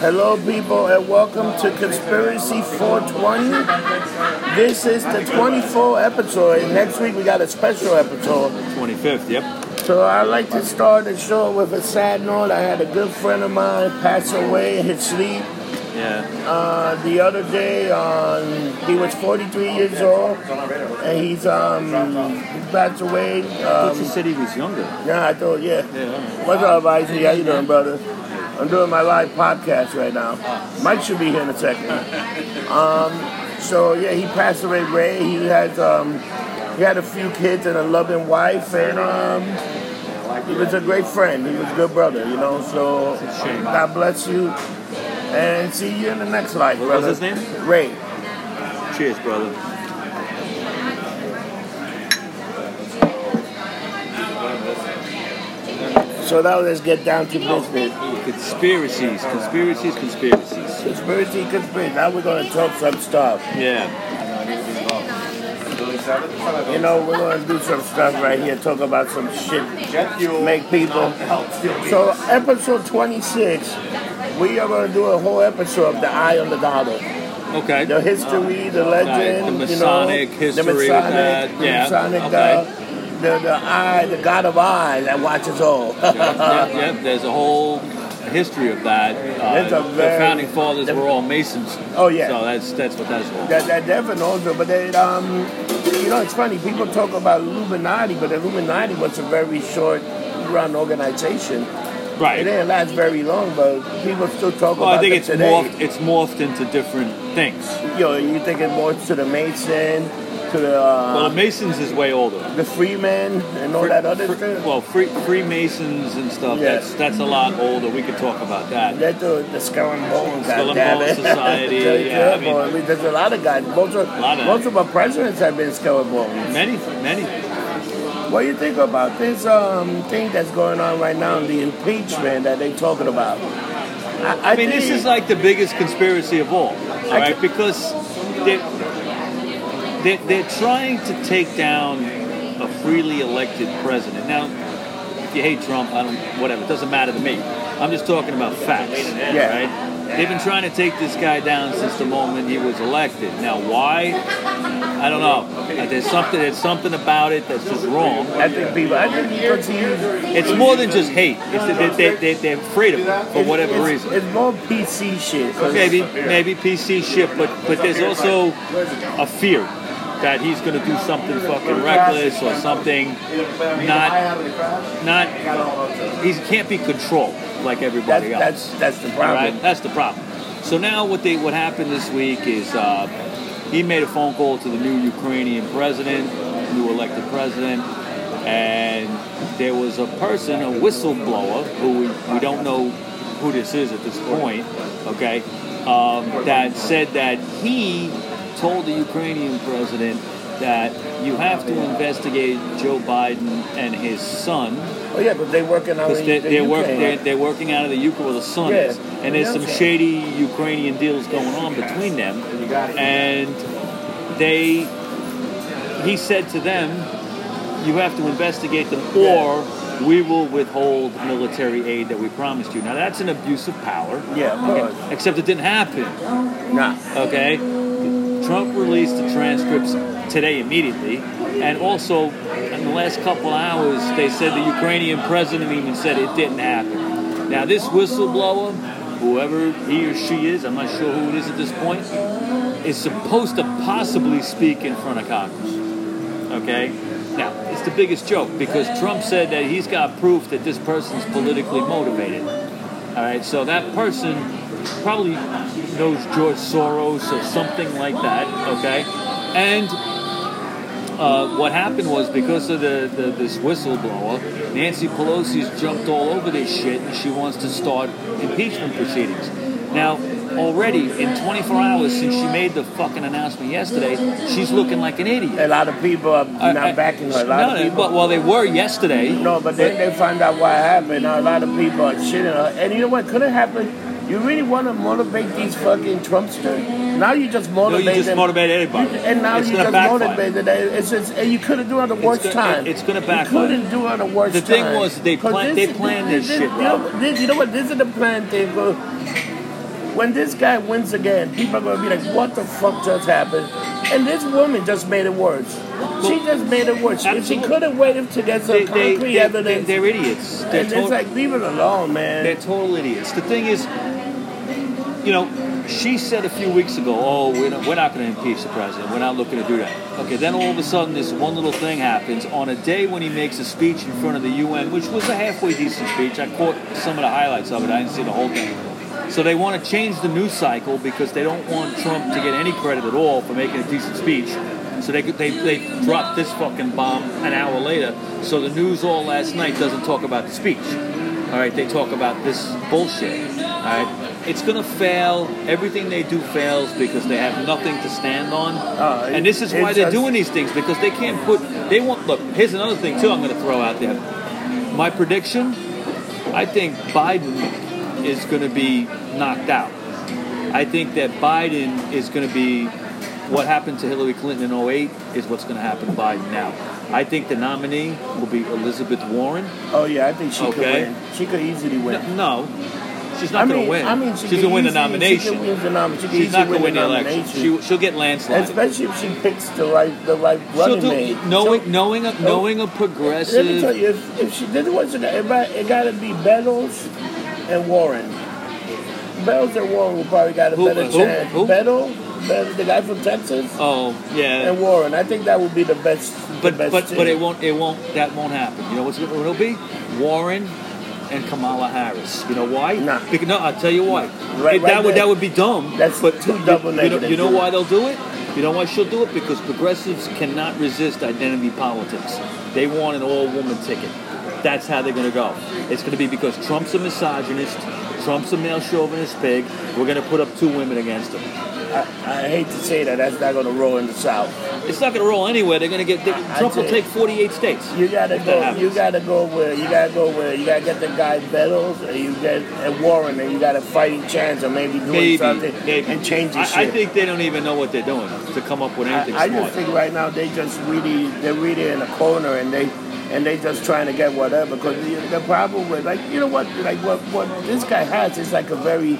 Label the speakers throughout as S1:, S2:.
S1: Hello, people, and welcome to Conspiracy 420. This is the 24th episode. and Next week, we got a special episode.
S2: 25th, yep.
S1: So, I'd like to start the show with a sad note. I had a good friend of mine pass away in his sleep
S2: Yeah.
S1: uh, the other day. Um, he was 43 years old, and he's um, he passed away.
S2: I
S1: Um,
S2: thought you said he was younger.
S1: yeah, I thought, yeah.
S2: Yeah.
S1: What's up, Isaac? How you doing, brother? I'm doing my live podcast right now. Mike should be here in a second. Um, so yeah, he passed away. Ray, he has um, he had a few kids and a loving wife, and um, he was a great friend. He was a good brother, you know. So
S2: shame.
S1: God bless you, and see you in the next life,
S2: What was
S1: brother.
S2: his name?
S1: Ray.
S2: Cheers, brother.
S1: So now let's get down to business.
S2: Conspiracies, conspiracies, conspiracies.
S1: Conspiracy, conspiracy. Now we're gonna talk some stuff.
S2: Yeah.
S1: You know, we're gonna do some stuff right here, talk about some shit, make people. So, episode 26, we are gonna do a whole episode of the Eye on the Dollar.
S2: Okay.
S1: The history, the
S2: Right,
S1: legend,
S2: the
S1: you know,
S2: Masonic history
S1: the
S2: with
S1: Masonic,
S2: that,
S1: the
S2: yeah,
S1: Masonic, uh,
S2: okay.
S1: the, the, the eye, the God of Eye that watches all.
S2: yeah, yeah, there's a whole history of that.
S1: That's a
S2: Uh, the
S1: very-
S2: founding fathers were all Masons.
S1: Oh, yeah.
S2: So that's that's what that's all.
S1: That that definitely also, but it, um, you know, it's funny. People talk about Illuminati, but Illuminati was a very short-run organization. It
S2: Right.
S1: didn't last very long, but people still talk
S2: Well,
S1: about
S2: I think
S1: it
S2: it's
S1: today.
S2: morphed. It's morphed into different things.
S1: You know, you think it more to the Mason, to the uh,
S2: Well, the Masons is way older.
S1: the Freeman, and all that other stuff.
S2: Well, Free, Freemasons and stuff.
S1: Yeah.
S2: That's that's a lot older. We could talk about that.
S1: That's the, the Skull and Bones,
S2: Skull and
S1: goddamn
S2: Bones
S1: it.
S2: Society,
S1: Skull and
S2: yeah, I mean-
S1: Bones. mean, there's a lot of guys. Most of,
S2: Lot of-
S1: most of our presidents have been Skull and Bones.
S2: Many, many.
S1: What do you think about this um, thing that's going on right now, the impeachment that they talking about? I, I,
S2: I mean, this is like the biggest conspiracy of all, all
S1: I
S2: right? Because they're, they're, they're trying to take down a freely elected president. Now, if you hate Trump, I don't, whatever, it doesn't matter to me. I'm just talking about facts,
S1: Yeah.
S2: right? They've been trying to take this guy down since the moment he was elected. Now, why? I don't know. Uh, There's something, there's something about it that's just wrong.
S1: I think people. I think because he's
S2: It's more than just hate. It's that they, they, they, are afraid of him for whatever
S1: it's,
S2: reason.
S1: It's more PC shit. 'cause-
S2: Maybe, maybe PC shit, but but there's also a fear that he's going to do something fucking reckless or something not not. He can't be controlled like
S1: That's
S2: everybody else.
S1: that's that's the problem.
S2: Right? That's the problem. So now what they what happened this week is uh, he made a phone call to the new Ukrainian president, new elected president, and there was a person, a whistleblower, who we, we don't know who this is at this point, okay, um, that said that he told the Ukrainian president that you have to investigate Joe Biden and his son.
S1: Oh yeah, but they working out.
S2: Because
S1: in
S2: they're,
S1: the
S2: they're, work,
S1: UK.
S2: they're, they're working out of the Ukraine with the sun
S1: Yeah.
S2: is. And there's some
S1: Yeah.
S2: shady Ukrainian deals going on between them. And they, he said to them, you have to investigate them or we will withhold military aid that we promised you. Now that's an abuse of power.
S1: Yeah, of
S2: Okay?
S1: course.
S2: Except it didn't happen.
S1: Nah.
S2: Okay? Trump released the transcripts today immediately. And also, in the last couple hours, they said the Ukrainian president even said it didn't happen. Now, this whistleblower, whoever he or she is, I'm not sure who it is at this point, is supposed to possibly speak in front of Congress. Okay? Now, it's the biggest joke because Trump said that he's got proof that this person's politically motivated. All right, so that person probably knows George Soros or something like that, okay? And uh, what happened was because of the, the this whistleblower, Nancy Pelosi's jumped all over this shit and she wants to start impeachment proceedings. Now, already in 24 hours since she made the fucking announcement yesterday, she's looking like an idiot.
S1: A lot of people are not
S2: I- I-
S1: backing her. A lot
S2: no,
S1: of
S2: they-
S1: people.
S2: Well, well, they were yesterday.
S1: no, but then they find out what happened. A lot of people are shitting her. And you know what? Could have happened. You really want to motivate these fucking Trumpsters? Now you just
S2: No,
S1: motivate
S2: you just
S1: them.
S2: motivate anybody.
S1: and now
S2: it's
S1: you
S2: gonna
S1: just
S2: backfire.
S1: motivated them. It's just, and you couldn't do it at the worst
S2: gonna-
S1: time.
S2: it- it's gonna backfire.
S1: You couldn't do it at the worst
S2: The
S1: time.
S2: thing was that they
S1: 'Cause
S2: plan- they planned this shit,
S1: You know,
S2: Robert.
S1: this- you know what? This is the plan thing. bro. When this guy wins again, people are going to be like, "What the fuck just happened?" And this woman just made it worse. She just made it worse. She- She
S2: Absolutely.
S1: could have waited to get some
S2: They, they,
S1: concrete
S2: they,
S1: evidence.
S2: they, are idiots. They're
S1: and it's
S2: tot-
S1: like, leave it alone, man.
S2: They're total idiots. The thing is, you know, she said a few weeks ago, oh, we're not, we're not going to impeach the president. We're not looking to do that. Okay, then all of a sudden, this one little thing happens on a day when he makes a speech in front of the UN, which was a halfway decent speech. I caught some of the highlights of it, I didn't see the whole thing. So they want to change the news cycle because they don't want Trump to get any credit at all for making a decent speech. So they, they, they dropped this fucking bomb an hour later. So the news all last night doesn't talk about the speech. All right, they talk about this bullshit. All right, it's gonna fail. Everything they do fails because they have nothing to stand on.
S1: Uh,
S2: and this is why
S1: it's
S2: they're
S1: just-
S2: doing these things because they can't put. They want look. Here's another thing too. I'm gonna throw out there. My prediction. I think Biden is gonna be knocked out. I think that Biden is going to be what happened to Hillary Clinton in 08 is what's going to happen to Biden now. I think the nominee will be Elizabeth Warren.
S1: oh yeah, I think she could
S2: Okay.
S1: win. She could easily win.
S2: No, she's not
S1: I
S2: going
S1: mean,
S2: to win.
S1: I mean, she could
S2: she's going to win the
S1: easily- She could
S2: nomination.
S1: win the nom- she could
S2: She's
S1: easily
S2: not going to win the election.
S1: nomination.
S2: She, she'll get landslide.
S1: Especially if she picks the right the right
S2: She'll
S1: running
S2: do,
S1: mate.
S2: knowing,
S1: So,
S2: knowing, a, knowing a
S1: let me tell
S2: progressive.
S1: you, if, if she did what she got, it might- it got to be Bettles and Warren. Bettles and Warren will probably got a
S2: Who-
S1: better
S2: uh, who-
S1: chance.
S2: who?
S1: Bettle, Bet- the guy from Texas,
S2: Oh yeah,
S1: and Warren. I think that would be the best. the
S2: but
S1: best
S2: but but it
S1: team.
S2: won't it won't that won't happen. You know what's what it'll be? Warren and Kamala Harris. You know why?
S1: Nah.
S2: Because, no, I'll tell you why.
S1: Right-
S2: It-
S1: right
S2: that would
S1: there.
S2: that would be dumb.
S1: That's
S2: but
S1: two
S2: you-
S1: double
S2: you, know,
S1: negatives.
S2: you know why they'll do it? You know why she'll do it? Because progressives cannot resist identity politics. They want an all-woman ticket. That's how they're going to go. It's going to be because Trump's a misogynist. Trump's a male chauvinist pig. We're going to put up two women against him.
S1: I, I hate to say that. That's not going to roll in the South.
S2: It's not going to roll anywhere. They're going to get they,
S1: I- I
S2: Trump will
S1: tell you-
S2: take 48 states.
S1: You gotta
S2: That
S1: go.
S2: happens.
S1: You gotta go where. You gotta go where. You gotta get the guy Bettles, and you get and Warren, and you got a fighting chance, or maybe doing
S2: Maybe,
S1: something
S2: maybe.
S1: and change the
S2: I,
S1: shit.
S2: I think they don't even know what they're doing to come up with anything
S1: I, I
S2: smart.
S1: just think right now they just really they're really in a corner and they and they just trying to get whatever because the, the problem with like you know what like what what this guy has is like a very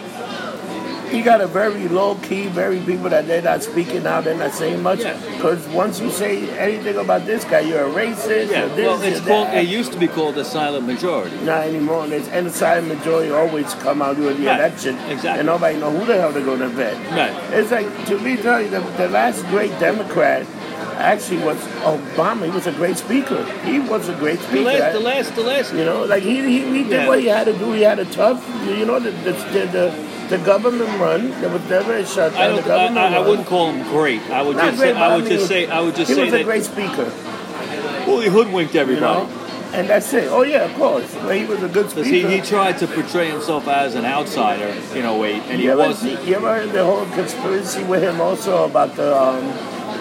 S1: he got a very low key very people that they're not speaking out they're not saying much
S2: Yeah.
S1: because once you say anything about this guy you're a racist
S2: yeah,
S1: you're this,
S2: well, it's
S1: you're
S2: called.
S1: that.
S2: It used to be called the silent majority.
S1: Not anymore. And it's inside majority always come out during the
S2: Right.
S1: election.
S2: Exactly.
S1: And nobody know who the hell they're going to vet.
S2: Right.
S1: It's like, to me, tell you, the, the last great Democrat actually was Obama. He was a great speaker. He was a great
S2: The
S1: speaker.
S2: last, the last, the last.
S1: you know, like he, he, he did
S2: Yeah.
S1: what he had to do. He had a tough, you know, the, the, the, the, the government run. There was never a shutdown.
S2: I, don't,
S1: the government
S2: I, I, I
S1: run.
S2: wouldn't call him great. I would
S1: Not
S2: just
S1: great,
S2: say.
S1: but
S2: I would
S1: mean,
S2: just say. I would just
S1: he
S2: say
S1: was a
S2: that.
S1: great speaker,
S2: Well, he hoodwinked
S1: you know,
S2: everybody.
S1: and that's it. Oh yeah, of course. But he was a good speaker.
S2: Because he, he tried to portray himself as an outsider in 08, and he
S1: you, ever,
S2: wasn't.
S1: you ever heard the whole conspiracy with him also about the um,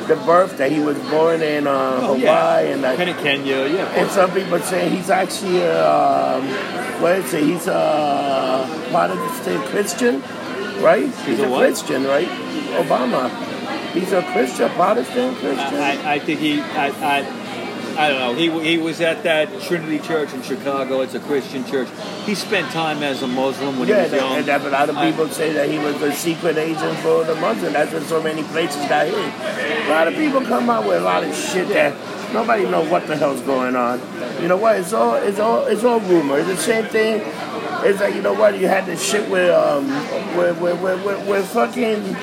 S1: the birth that he was born in uh,
S2: Oh,
S1: Hawaii
S2: yeah.
S1: and that,
S2: Ken- Kenya, yeah.
S1: and some people say he's actually a, um, what is it? He's a Protestant Christian, right? He's,
S2: a what?
S1: Christian, right? Obama. He's a Christian, Protestant Christian.
S2: Uh, I, I- I think he, I, I, I don't know. He, w- he was at that Trinity Church in Chicago. It's a Christian church. He spent time as a Muslim when
S1: yeah,
S2: he was
S1: and,
S2: young.
S1: and that a lot of
S2: I-
S1: people say that he was a secret agent for the Muslims. That's what so many places got hit. A lot of people come out with a lot of shit that nobody know what the hell's going on. You know what? It's all it's all it's all rumor. It's the same thing. It's like you know what? You had this shit with um with with with, with, with fucking.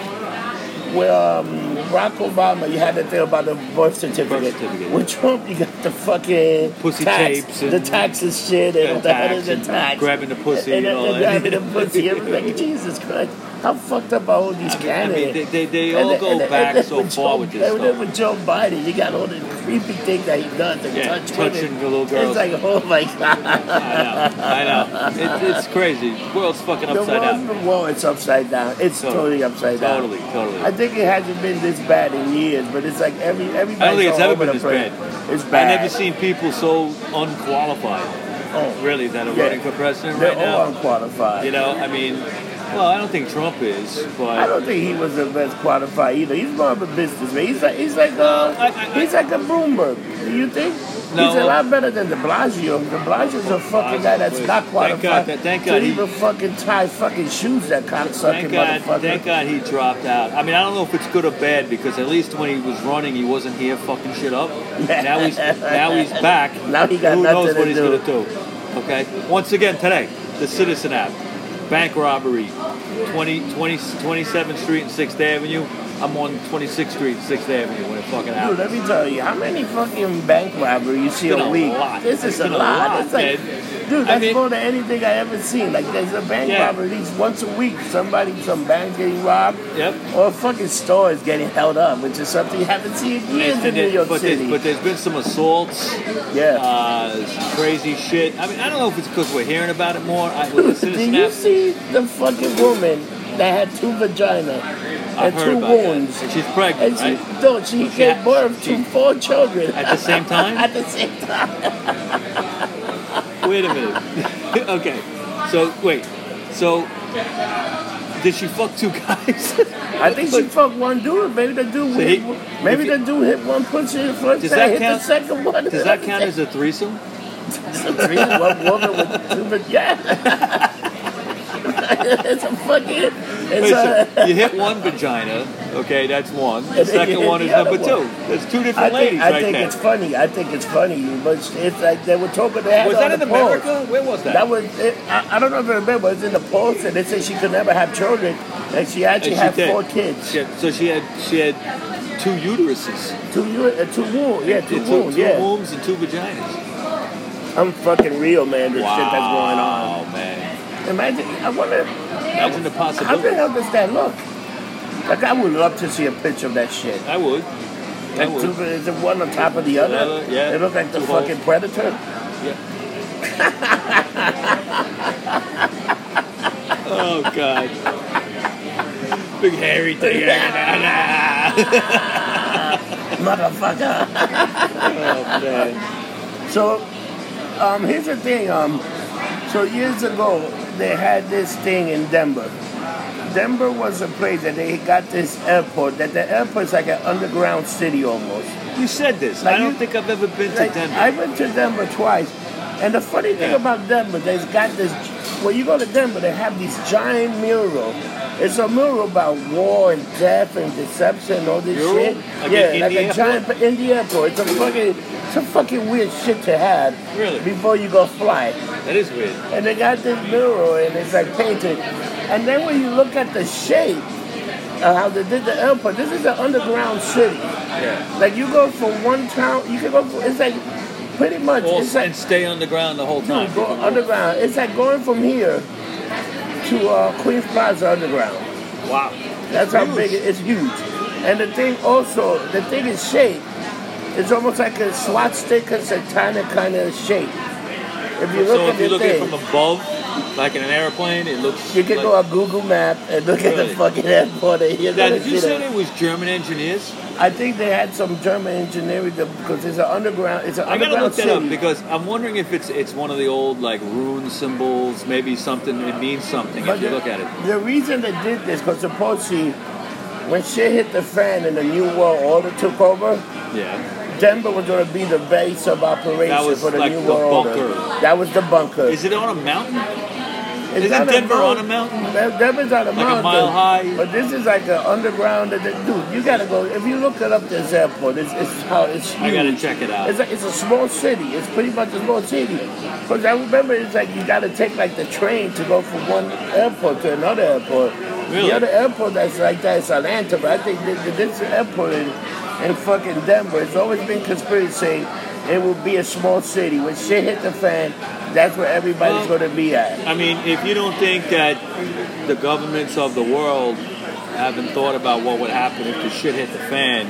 S1: With um, Barack Obama, you had the thing about the birth certificate.
S2: Birth certificate.
S1: With Trump, you got the fucking
S2: Pussy
S1: tax,
S2: tapes and-
S1: the taxes shit, and
S2: Yeah,
S1: what the hell is
S2: tax
S1: the
S2: and
S1: tax?
S2: grabbing the pussy
S1: and,
S2: and all
S1: and
S2: that.
S1: grabbing the pussy. I'm like, Jesus Christ, how fucked up are all these
S2: I mean,
S1: candidates?
S2: they, they, they all
S1: And then-
S2: go
S1: and then- and
S2: back
S1: then
S2: so far
S1: Joe,
S2: with
S1: and
S2: this
S1: then
S2: stuff.
S1: with Joe Biden, you got all the creepy thing that he does, and
S2: Yeah,
S1: touch
S2: touching
S1: women.
S2: the little girls.
S1: It's like, oh my god,
S2: I know, I know. It, it's crazy. world's fucking
S1: the
S2: upside
S1: world,
S2: down.
S1: the world, it's upside down. It's
S2: Totally.
S1: totally upside down.
S2: Totally, totally.
S1: I think it hasn't been this bad in years, but it's like every everybody's
S2: I don't think it's
S1: all
S2: ever
S1: over
S2: been
S1: the
S2: this
S1: place.
S2: bad.
S1: It's bad.
S2: I've never seen people so unqualified,
S1: Oh,
S2: really, that are
S1: Yeah.
S2: running for president
S1: they're
S2: right
S1: all
S2: now.
S1: unqualified.
S2: You know, I mean, Well, I don't think Trump is,
S1: I
S2: but
S1: don't think he was the best qualified either. He's more of a businessman. He's like he's like uh
S2: I- I-
S1: he's like a Bloomberg. Do you think?
S2: No.
S1: He's a lot better than De Blasio. De Blasio's a fucking guy that's not
S2: Thank
S1: qualified.
S2: God that- thank God
S1: Couldn't
S2: he-
S1: even fucking tie fucking shoes that cocksucking
S2: thank God,
S1: motherfucker.
S2: thank God he dropped out. I mean, I don't know if it's good or bad because at least when he was running, he wasn't here fucking shit up. Now he's now he's back.
S1: Now he got nothing
S2: Who knows
S1: to
S2: what he's
S1: do.
S2: going to do? Okay. Once again today, the Citizen app, bank robbery, 20, 20 27th Street and Sixth Avenue. I'm on 26th Street and Sixth Avenue when it fucking
S1: Dude,
S2: happened.
S1: let me tell you, how many fucking bank robberies you see
S2: It's been
S1: a
S2: a
S1: week?
S2: lot.
S1: This is
S2: It's
S1: a
S2: been a
S1: lot.
S2: lot,
S1: It's like,
S2: man.
S1: dude,
S2: I
S1: that's
S2: mean-
S1: more than anything I ever seen. Like, there's a bank
S2: Yeah.
S1: robbery at least once a week. Somebody, some bank getting robbed,
S2: Yep.
S1: or a fucking store is getting held up, which is something you haven't seen in years in
S2: And
S1: New
S2: it-
S1: York
S2: but,
S1: City.
S2: there's, but there's been some assaults,
S1: yeah.
S2: uh, some crazy shit. I mean, I don't know if it's because we're hearing about it more. I, with the
S1: Did
S2: Citizen
S1: you
S2: app,
S1: see the fucking woman that had two vaginas
S2: I've
S1: and
S2: heard
S1: two
S2: about
S1: wounds?
S2: that. And she's pregnant,
S1: And
S2: right?
S1: she, no, she
S2: she
S1: gave
S2: ha-
S1: birth to
S2: she-
S1: four children.
S2: At the same time?
S1: at the same time.
S2: Wait a minute. okay. So wait. So did she fuck two guys?
S1: I think she fucked one dude. Maybe the dude,
S2: See?
S1: hit, maybe the dude hit one pussy in the first
S2: Does
S1: time,
S2: that
S1: hit
S2: count-
S1: the second one.
S2: Does that count as a threesome?
S1: one woman with two vaginas? it's a fucking. It's
S2: Wait,
S1: a,
S2: so you hit one vagina. Okay, that's one. The
S1: And then you
S2: second
S1: hit
S2: one is
S1: the other
S2: number two.
S1: one.
S2: That's two different
S1: I
S2: ladies
S1: think, I
S2: right
S1: think
S2: there.
S1: it's funny. I think it's funny, but it's like they were talking. They had
S2: was
S1: it on
S2: that in
S1: the polls.
S2: America? Where was that?
S1: That was, it, I, I don't know if I remember, it was in the polls, and they said she could never have children, and she
S2: And
S1: actually had
S2: did.
S1: four kids.
S2: She had- so she had she had two uteruses.
S1: Two, u- uh, two wombs, yeah, two
S2: Two,
S1: wombs,
S2: two
S1: yeah.
S2: wombs and two vaginas.
S1: I'm fucking real, man, this shit that's going on.
S2: Wow, man.
S1: Imagine, I wonder,
S2: Imagine
S1: how
S2: the
S1: the
S2: possibility.
S1: hell does that look? Like, I would love to see a picture of that shit.
S2: I would. I
S1: Like, two,
S2: would.
S1: is it one on top of the other?
S2: other, yeah.
S1: They look like the
S2: Two holes.
S1: fucking predator.
S2: Oh god. Big hairy thing.
S1: Motherfucker.
S2: Oh, man.
S1: So, um, here's the thing. Um, so years ago, they had this thing in Denver. Denver was a place that they got this airport. That the airport is like an underground city almost.
S2: You said this.
S1: Like
S2: I don't
S1: you-
S2: think I've ever been
S1: Like,
S2: to Denver.
S1: I went to Denver twice, and the funny thing
S2: Yeah.
S1: about Denver, they've got this. When you go to Denver, they have these giant mural. It's a mural about war and death and deception and all this
S2: Mural?
S1: shit.
S2: Like
S1: yeah,
S2: in
S1: like a
S2: India?
S1: giant in the airport. It's a fucking, it's a fucking weird shit to have
S2: Really?
S1: before you go fly
S2: that is weird.
S1: and they got this mural and it's like painted. And then when you look at the shape of how they did the airport, this is an underground city.
S2: Yeah.
S1: Like you go from one town, you can go. From, it's like pretty much.
S2: All,
S1: It's like
S2: and stay on the ground the whole time.
S1: go underground. It's like going from here to uh, Queens Plaza underground.
S2: Wow.
S1: That's how big it, it's huge. And the thing also, the thing is shape. It's almost like a swastika satanic kind of shape. If you look
S2: So
S1: at
S2: if you
S1: the
S2: look at
S1: thing,
S2: it from above, like in an airplane, it looks.
S1: You can
S2: like,
S1: go on Google Map and look at the
S2: Really?
S1: fucking airport and you're
S2: Now,
S1: gonna
S2: did you
S1: see
S2: say
S1: that.
S2: it was German engineers?
S1: I think they had some German engineering to- because it's an underground. It's an
S2: I gotta
S1: underground
S2: look that up
S1: city.
S2: because I'm wondering if it's it's one of the old like rune symbols, maybe something it means something if you
S1: the,
S2: look at it.
S1: the reason they did this because supposedly when shit hit the fan and the New World Order took over,
S2: Yeah.
S1: Denver was gonna be the base of
S2: That
S1: operation
S2: was
S1: for the
S2: like
S1: New
S2: the
S1: World Order.
S2: bunker.
S1: That was the bunker.
S2: Is it on a mountain?
S1: It's not
S2: Isn't Denver on a
S1: mount-
S2: mountain?
S1: Den- Denver's on a
S2: Like a
S1: mountain.
S2: mile high?
S1: But this is like an underground. that they- Dude, you gotta go. If you look it up, this airport, it's, it's how it's huge.
S2: I gotta check it out.
S1: It's a, it's a small city. It's pretty much a small city. Because I remember it's like you got to take like the train to go from one airport to another airport.
S2: Really?
S1: The other airport that's like that is Atlanta, but I think this, this airport in, in fucking Denver, it's always been conspiracy saying it will be a small city. When shit hit the fan, that's where everybody's
S2: Well-
S1: going to be at.
S2: I mean, if you don't think that the governments of the world haven't thought about what would happen if the shit hit the fan,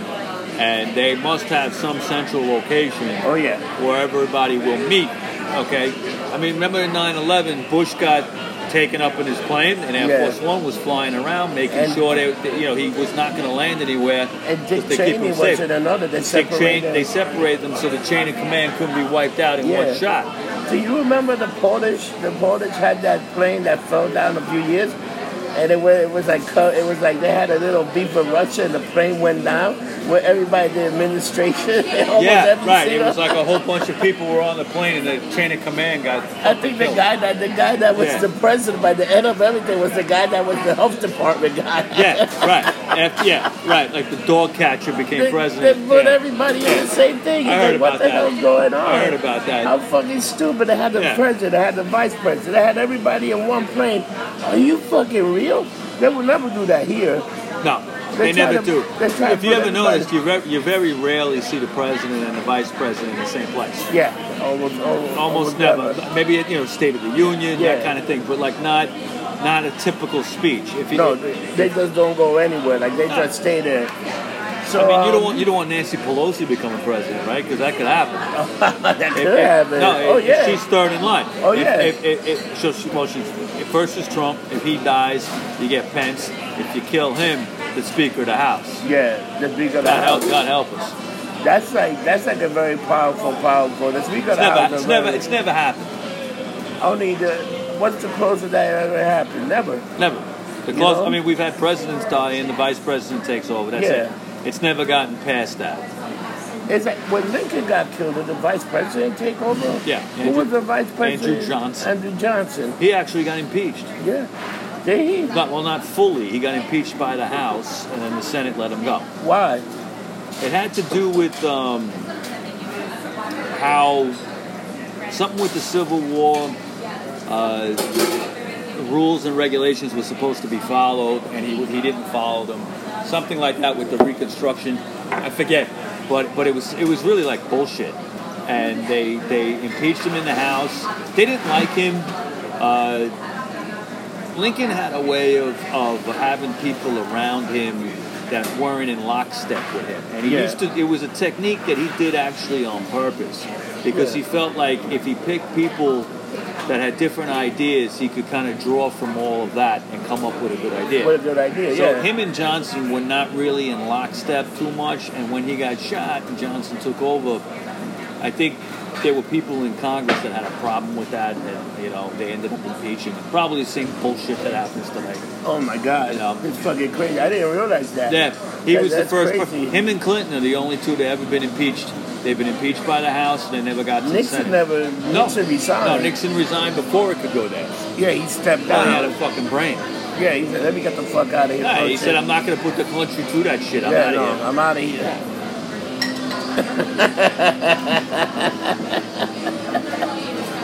S2: and they must have some central location
S1: Oh, yeah.
S2: where everybody will meet, okay? I mean, remember in 9 11, Bush got taken up in his plane, and Air
S1: Yeah.
S2: Force One was flying around making
S1: And-
S2: sure they, that, you know, he was not going to land anywhere.
S1: And
S2: 'cause
S1: Dick
S2: they keep
S1: Cheney
S2: him
S1: was
S2: safe.
S1: in another. They
S2: Dick Cheney-
S1: separated.
S2: they separated them so the chain of command couldn't be wiped out in
S1: Yeah.
S2: one shot.
S1: Do you remember the Polish? The Polish had that plane that fell down a few years. and it, wa- it was like co- it was like they had a little beef with Russia, and the plane went down where everybody the administration. almost
S2: Yeah,
S1: every
S2: right. It
S1: single-
S2: was like a whole bunch of people were on the plane, and the chain of command got.
S1: I think the guy that the guy that was
S2: Yeah.
S1: the president by the end of everything was the guy that was the health department guy.
S2: Yeah, right. F- yeah, right. Like the dog catcher
S1: They,
S2: became
S1: they
S2: president.
S1: put
S2: Yeah.
S1: everybody in the same thing.
S2: I
S1: You're like,
S2: heard
S1: what
S2: about
S1: the
S2: that.
S1: hell's going on?
S2: I heard about that.
S1: How fucking stupid. They had the
S2: Yeah.
S1: president, they had the vice president, they had everybody in one plane. Are you fucking real? They will never do that here.
S2: No,
S1: They
S2: they,
S1: try to-
S2: never do.
S1: they try to
S2: If you
S1: put
S2: ever
S1: everybody-
S2: noticed, you, re- you very rarely see the president and the vice president in the same place.
S1: Yeah, almost, almost,
S2: Almost never. Maybe you know, State of the Union,
S1: Oh, Yeah.
S2: that kind of thing, but like not not a typical speech. If you,
S1: No, they, they just don't go anywhere. Like they just stay there. So
S2: I mean, you
S1: um,
S2: don't want you don't want Nancy Pelosi becoming president, right? Because that could happen.
S1: that could
S2: If- if-
S1: happen.
S2: No,
S1: oh
S2: if- if
S1: yeah.
S2: she's third in line.
S1: Oh,
S2: if,
S1: yeah.
S2: If, if, if, so she, well, she, if first is Trump. If he dies, you get Pence. If you kill him, the Speaker of the House.
S1: yeah, the bigger the
S2: God help,
S1: house.
S2: God help us.
S1: That's like that's like a very powerful, powerful. The speaker of
S2: It's
S1: the house.
S2: never,
S1: is very-
S2: it's never, it's never happened.
S1: Only the what's the closest that ever happened? Never.
S2: Never. The
S1: You
S2: close.
S1: know?
S2: I mean, we've had presidents die and the vice president takes over. That's
S1: Yeah.
S2: it. It's never gotten past that.
S1: It's like when Lincoln got killed, did the vice president take over?
S2: Yeah,
S1: Who
S2: Andrew-
S1: was the vice president?
S2: Johnson.
S1: Andrew Johnson.
S2: He actually got impeached.
S1: Yeah. Did he?
S2: Not well, not fully. He got impeached by the House, and then the Senate let him go.
S1: Why?
S2: It had to do with um, how something with the Civil War uh, rules and regulations were supposed to be followed, and he he didn't follow them. Something like that with the Reconstruction. I forget, but but it was it was really like bullshit. And they they impeached him in the House. They didn't like him. Uh, Lincoln had a way of, of having people around him that weren't in lockstep with him. And he
S1: Yeah.
S2: used to, it was a technique that he did actually on purpose because he felt like if he picked people that had different ideas, he could kind of draw from all of that and come up with a good idea.
S1: What a good idea.
S2: So
S1: yeah.
S2: him and Johnson were not really in lockstep too much, and when he got shot and Johnson took over, I think there were people in Congress that had a problem with that, and you know they ended up impeaching. him. Probably the same bullshit that happens today.
S1: oh my God.
S2: You know.
S1: It's fucking crazy. I didn't realize that.
S2: Yeah, he
S1: That-
S2: was the
S1: that's
S2: first.
S1: crazy.
S2: Him and Clinton are the only two that ever been impeached. They've been impeached by the House, and they never got to the
S1: Nixon
S2: Senate.
S1: never
S2: no,
S1: Nixon resigned.
S2: No, Nixon resigned before it could go there.
S1: Yeah, he stepped
S2: Now he had
S1: down.
S2: a fucking brain.
S1: Yeah, he said, let me get the fuck out of here.
S2: Yeah, he
S1: coach."
S2: said, "I'm not going to put the country through that shit. I'm
S1: yeah,
S2: out of
S1: no,
S2: here."
S1: I'm out of here.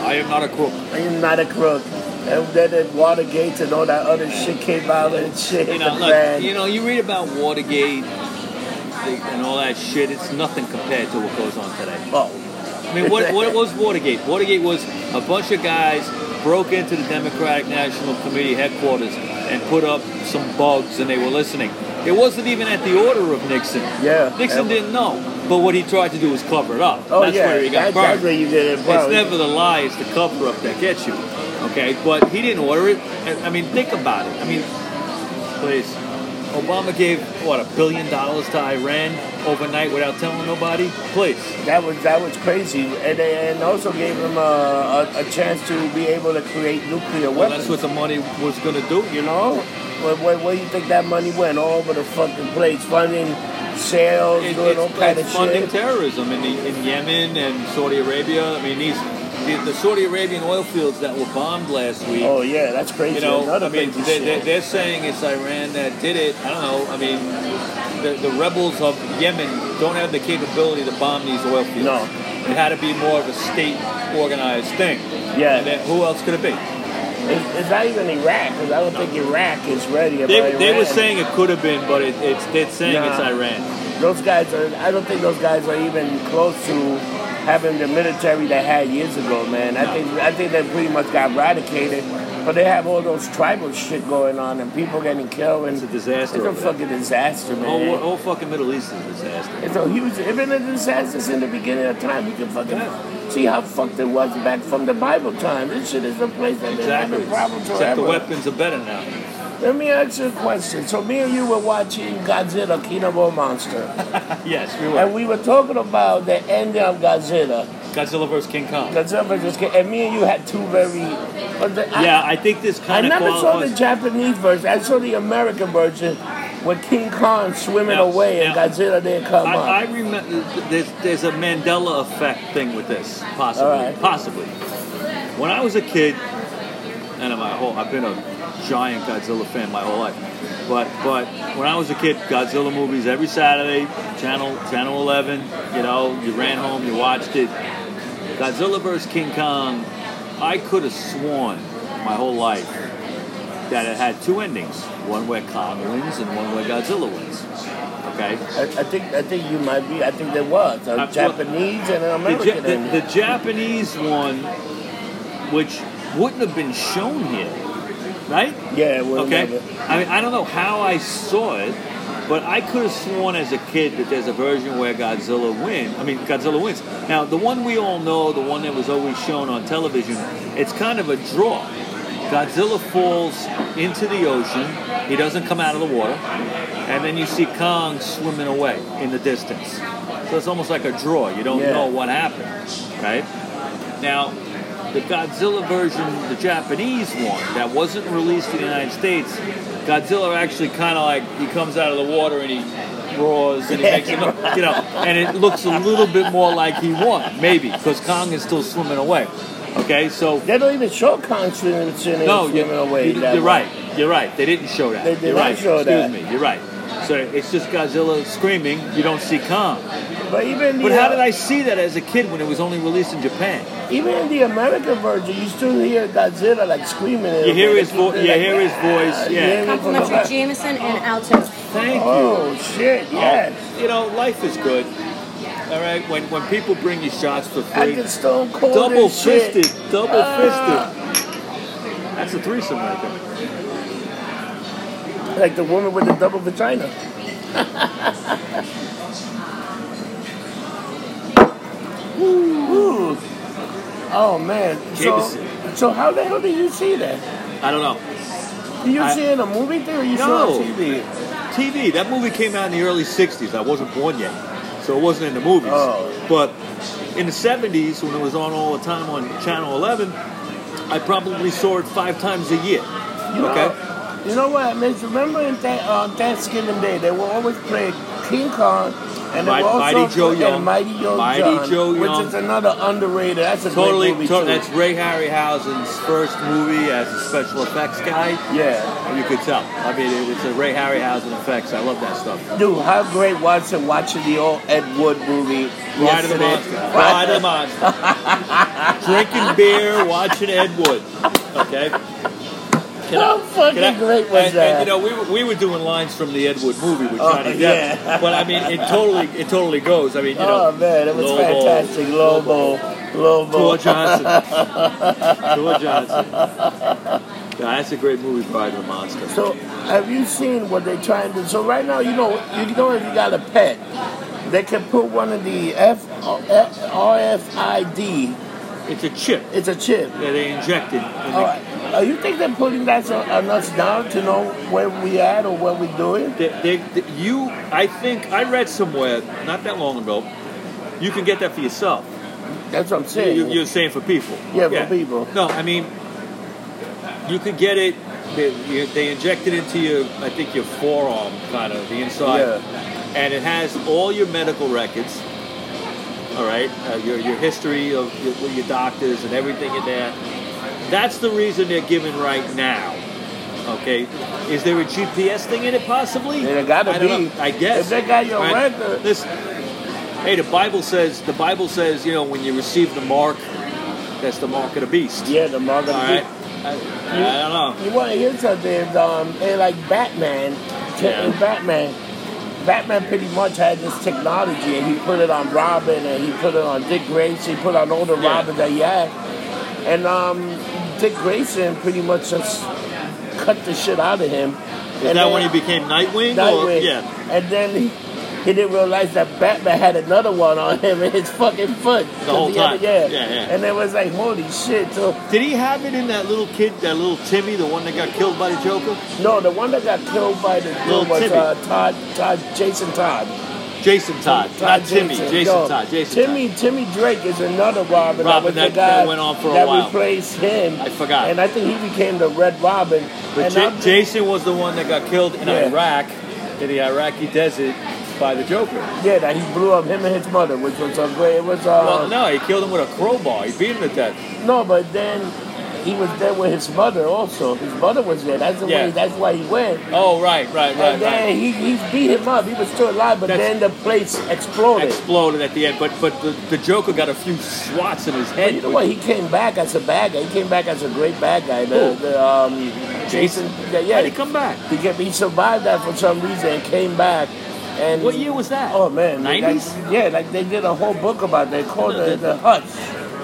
S2: I am not a crook.
S1: I'm not a crook. And then at Watergate and all that other shit came out and shit.
S2: You know,
S1: the
S2: look,
S1: fan.
S2: you know, you read about Watergate and all that shit. It's nothing compared to what goes on today.
S1: Oh,
S2: I mean, what, what was Watergate? Watergate was a bunch of guys broke into the Democratic National Committee headquarters and put up some bugs, and they were listening. It wasn't even at the order of Nixon.
S1: Yeah.
S2: Nixon didn't know, but what he tried to do was cover it up.
S1: oh
S2: That's
S1: yeah,
S2: where he got
S1: that,
S2: burned.
S1: that's where you did it.
S2: It's
S1: Bro.
S2: never the lie, it's the cover up that gets you. Okay, but he didn't order it. I I mean, think about it. I mean, please. Obama gave, what, a billion dollars to Iran overnight without telling nobody? Please.
S1: that was that was crazy, and they, and also gave him a, a, a chance to be able to create nuclear
S2: Well,
S1: weapons.
S2: that's what the money was going to do.
S1: you know, where, where, where you think that money went? All over the fucking place, funding sales,
S2: It-
S1: doing all
S2: it's,
S1: kind
S2: it's
S1: of
S2: funding
S1: shit.
S2: terrorism in, the, in Yemen and Saudi Arabia. I mean, these the, the Saudi Arabian oil fields that were bombed last week.
S1: oh yeah, that's crazy.
S2: You know,
S1: Another
S2: I mean,
S1: crazy
S2: they,
S1: shit.
S2: they, they're saying it's Iran that did it. I don't know. I mean, the, the rebels of Yemen don't have the capability to bomb these oil fields.
S1: No.
S2: It had to be more of a state organized thing.
S1: Yeah.
S2: And then who else could it be?
S1: It's, it's not even Iraq because I don't think Iraq is ready. about
S2: They, they were
S1: Iran.
S2: saying it could have been, but it, it's they're saying
S1: Nah.
S2: it's Iran.
S1: those guys are. I don't think those guys are even close to having the military they had years ago, man. I think I think they pretty much got eradicated, but they have all those tribal shit going on and people getting killed and
S2: It's a disaster
S1: It's a
S2: over there. Oh,
S1: fucking disaster,
S2: The whole,
S1: man.
S2: whole fucking Middle East is a disaster.
S1: It's a huge. Even the disasters in the beginning of time, you can fucking see how fucked it was back from the Bible time. This shit is the place that they
S2: Exactly.
S1: have problems
S2: Except
S1: forever.
S2: the weapons are better now.
S1: Let me ask you a question. So me and you were watching Godzilla, Kinobo Monster,
S2: Yes, we
S1: and
S2: were.
S1: we were talking about the ending of Godzilla.
S2: Godzilla vs. King Kong.
S1: Godzilla just came, and me and you had two very. But the, I-
S2: Yeah, I think this
S1: I,
S2: kind of
S1: never saw the
S2: qualifies.
S1: Japanese version. I saw the American version with King Kong swimming
S2: Now-
S1: away and
S2: now-
S1: Godzilla didn't come up.
S2: I, I remember there's, there's a Mandela effect thing with this, possibly.
S1: All right.
S2: Possibly. When I was a kid, and my whole, I've been a giant Godzilla fan my whole life. But but when I was a kid, Godzilla movies every Saturday, channel channel 11. You know, you ran home, you watched it. Godzilla vs King Kong. I could have sworn my whole life that it had two endings: one where Kong wins and one where Godzilla wins. Okay.
S1: I, I think I think you might be. I think there was a
S2: Absolutely.
S1: Japanese and an
S2: the, Ja-
S1: American.
S2: the,
S1: in
S2: the
S1: it.
S2: Japanese one, which wouldn't have been shown here, right?
S1: yeah, it was
S2: okay.
S1: another-
S2: I mean, I don't know how I saw it, but I could have sworn as a kid that there's a version where Godzilla win. I mean, Godzilla wins. Now, the one we all know, the one that was always shown on television, it's kind of a draw. Godzilla falls into the ocean. He doesn't come out of the water, and then you see Kong swimming away in the distance. So it's almost like a draw. You don't
S1: Yeah.
S2: know what happened, right? Now, the Godzilla version, the Japanese one that wasn't released in the United States, Godzilla actually kind of like he comes out of the water and he roars and he makes it, look- you know, and it looks a little bit more like he won, maybe, because Kong is still swimming away. Okay, so
S1: They don't even show Kong swimming, swimming,
S2: no,
S1: swimming
S2: you're,
S1: away.
S2: you're,
S1: that
S2: you're
S1: way.
S2: right. You're right. They didn't show that.
S1: They did
S2: you're
S1: not
S2: right.
S1: show
S2: Excuse
S1: that.
S2: me. You're right. So it's just Godzilla screaming. You don't see Kong.
S1: But even the,
S2: But how
S1: uh,
S2: did I see that as a kid when it was only released in Japan?
S1: even in the American version, you still hear Godzilla like screaming.
S2: You hear his vo- you hear his voice, yeah.
S3: Complimentary Jameson and Alto.
S2: Thank
S1: Oh shit! Yes.
S2: you. You know, life is good. All right, when when people bring you shots for
S1: I
S2: free,
S1: can stone cold
S2: double
S1: this shit.
S2: fisted, double
S1: Ah.
S2: fisted. That's a threesome right there.
S1: like the woman with the double vagina. Ooh. Oh man. So,
S2: Jameson.
S1: so how the hell do you see that?
S2: I don't know.
S1: Do you
S2: I-
S1: see it in a movie theater or you
S2: No.
S1: see it on TV?
S2: TV. That movie came out in the early '60s. I wasn't born yet, so it wasn't in the movies.
S1: Oh.
S2: But in the '70s, when it was on all the time on Channel 11, I probably saw it five times a year.
S1: You know,
S2: okay.
S1: You know what, Miss? Remember in that, uh, Thanksgiving Day, they will always play King Kong and they
S2: Mi-
S1: will also
S2: Mighty Joe
S1: play-
S2: Young.
S1: and Mighty Joe
S2: Mighty
S1: John,
S2: Joe
S1: which
S2: Young.
S1: is another underrated. That's a
S2: Totally,
S1: great movie
S2: to-
S1: too.
S2: that's Ray Harryhausen's first movie as a special effects guy.
S1: yeah.
S2: And You could tell. I mean, it was a Ray Harryhausen effects. I love that stuff.
S1: Dude, how great was it watching the old Ed Wood movie?
S2: Ride of the
S1: yesterday?
S2: Monster. Ride of the Monster. Drinking beer, watching Ed Wood. Okay? Can
S1: How fucking
S2: can
S1: great was
S2: and,
S1: that?
S2: And, you know, we were, we were doing lines from the Ed Wood movie with
S1: Oh,
S2: Johnny Depp.
S1: yeah.
S2: But I mean, it totally it totally goes. I mean, you know.
S1: Oh man, it was
S2: Lobo,
S1: fantastic. Lobo, Lobo.
S2: Tor Johnson. Tor Johnson. Yeah, that's a great movie, Ride of the Monster.
S1: So, have you seen what they're trying to? So right now, you know, you know, if you got a pet, they can put one of the F, uh, F RFID.
S2: It's a chip
S1: It's a chip.
S2: that they injected. in the-
S1: All right. Uh, you think they're putting that on us down to know where we at or what we're doing?
S2: They, they, they- you, I think I read somewhere not that long ago. You can get that for yourself.
S1: That's what I'm saying.
S2: You, you're saying for people.
S1: Yeah, for people.
S2: No, I mean, you could get it. They, you, they inject it into your, I think your forearm, kind of the inside, and it has all your medical records. All right, uh, your your history of your, with your doctors and everything in there. That's the reason they're giving right now. Okay, is there a GPS thing in it possibly?
S1: There gotta
S2: I don't
S1: be.
S2: know. I guess
S1: If they got your
S2: All
S1: record-
S2: Listen, hey, the Bible says the Bible says you know when you receive the mark, that's the mark of the beast.
S1: yeah, the mother.
S2: All right. I, I don't know.
S1: You want to hear something? Um, and like Batman, t-
S2: Yeah.
S1: in Batman, Batman pretty much had this technology, and he put it on Robin, and he put it on Dick Grayson, he put it on all the
S2: Yeah.
S1: Robins that he had, and um, Dick Grayson pretty much just cut the shit out of him.
S2: Is that when he became Nightwing? or-
S1: Nightwing.
S2: yeah.
S1: And then he, he didn't realize that Batman had another one on him in his fucking foot.
S4: The whole
S1: He had-
S4: time.
S1: yeah.
S4: Yeah, yeah.
S1: And it was like, holy shit. So,
S2: Did he have it in that little kid, that little Timmy, the one that got killed by the Joker?
S1: no, the one that got killed by the
S2: Little
S1: dude was
S2: Timmy.
S1: uh, Todd, Todd, Jason Todd.
S2: Jason Todd,
S1: Todd
S2: not Timmy. Jason
S1: Yo,
S2: Todd. Jason
S1: Timmy, Timmy Drake is another Robin.
S2: Robin
S1: was the
S2: that-
S1: guy
S2: that went on for a
S1: that
S2: while.
S1: replaced him.
S2: I forgot.
S1: And I think he became the Red Robin.
S2: But
S1: and
S2: Ja-
S1: I'm-
S2: Jason was the one that got killed in
S1: Yeah.
S2: Iraq, in the Iraqi desert, by the Joker.
S1: yeah, that he blew up him and his mother, which was a great. It was uh,
S2: Well, no, he killed him with a crowbar. He beat him to death.
S1: No, but then he was there with his mother also. His mother was there. That's the
S2: Yeah.
S1: way. That's why he went.
S2: Oh, right, right, right,
S1: And
S2: right.
S1: then he, he beat him up. He was still alive, but
S2: That's-
S1: then the place exploded.
S2: Exploded at the end, but but the, the Joker got a few swats in his
S1: but
S2: head.
S1: you know what? He came back as a bad guy. He came back as a great bad guy. The,
S2: Who?
S1: the um,
S2: Jason?
S1: Yeah,
S2: How'd
S1: yeah.
S2: he come back?
S1: He, kept, he survived that for some reason and came back. And
S2: What year was that?
S1: Oh man, like-
S2: 90s?
S1: yeah, like they did a whole book about that called
S2: No,
S1: the,
S2: the-
S1: the Hush.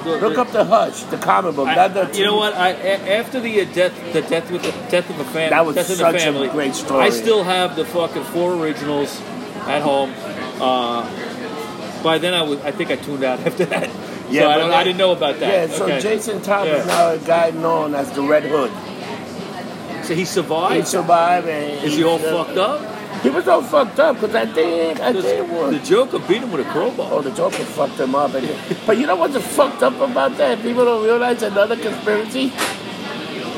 S2: the-
S1: Look
S2: the-
S1: up the Hush, the comic book.
S2: I-
S1: not the
S2: you know what? I, a- after the uh, death, the death with the death of a family,
S1: That was
S2: death in
S1: such a
S2: the family,
S1: great story.
S2: I still have the fucking four originals at home. Uh, by then, I was. I think I tuned out after that.
S1: Yeah,
S2: so I,
S1: but
S2: don't,
S1: that-
S2: I didn't know about that.
S1: Yeah, so
S2: Okay.
S1: Jason Todd
S2: Yeah.
S1: is now a guy known as the Red Hood.
S2: So he
S1: He
S2: survived.
S1: survived and uh,
S2: Is he all fucked up?
S1: He was all fucked up because I think I think it
S2: The
S1: was.
S2: Joker beat him with a
S1: Oh,
S2: crowbar.
S1: the Joker fucked him up. And, but you know what's fucked up about that? People don't realize another conspiracy.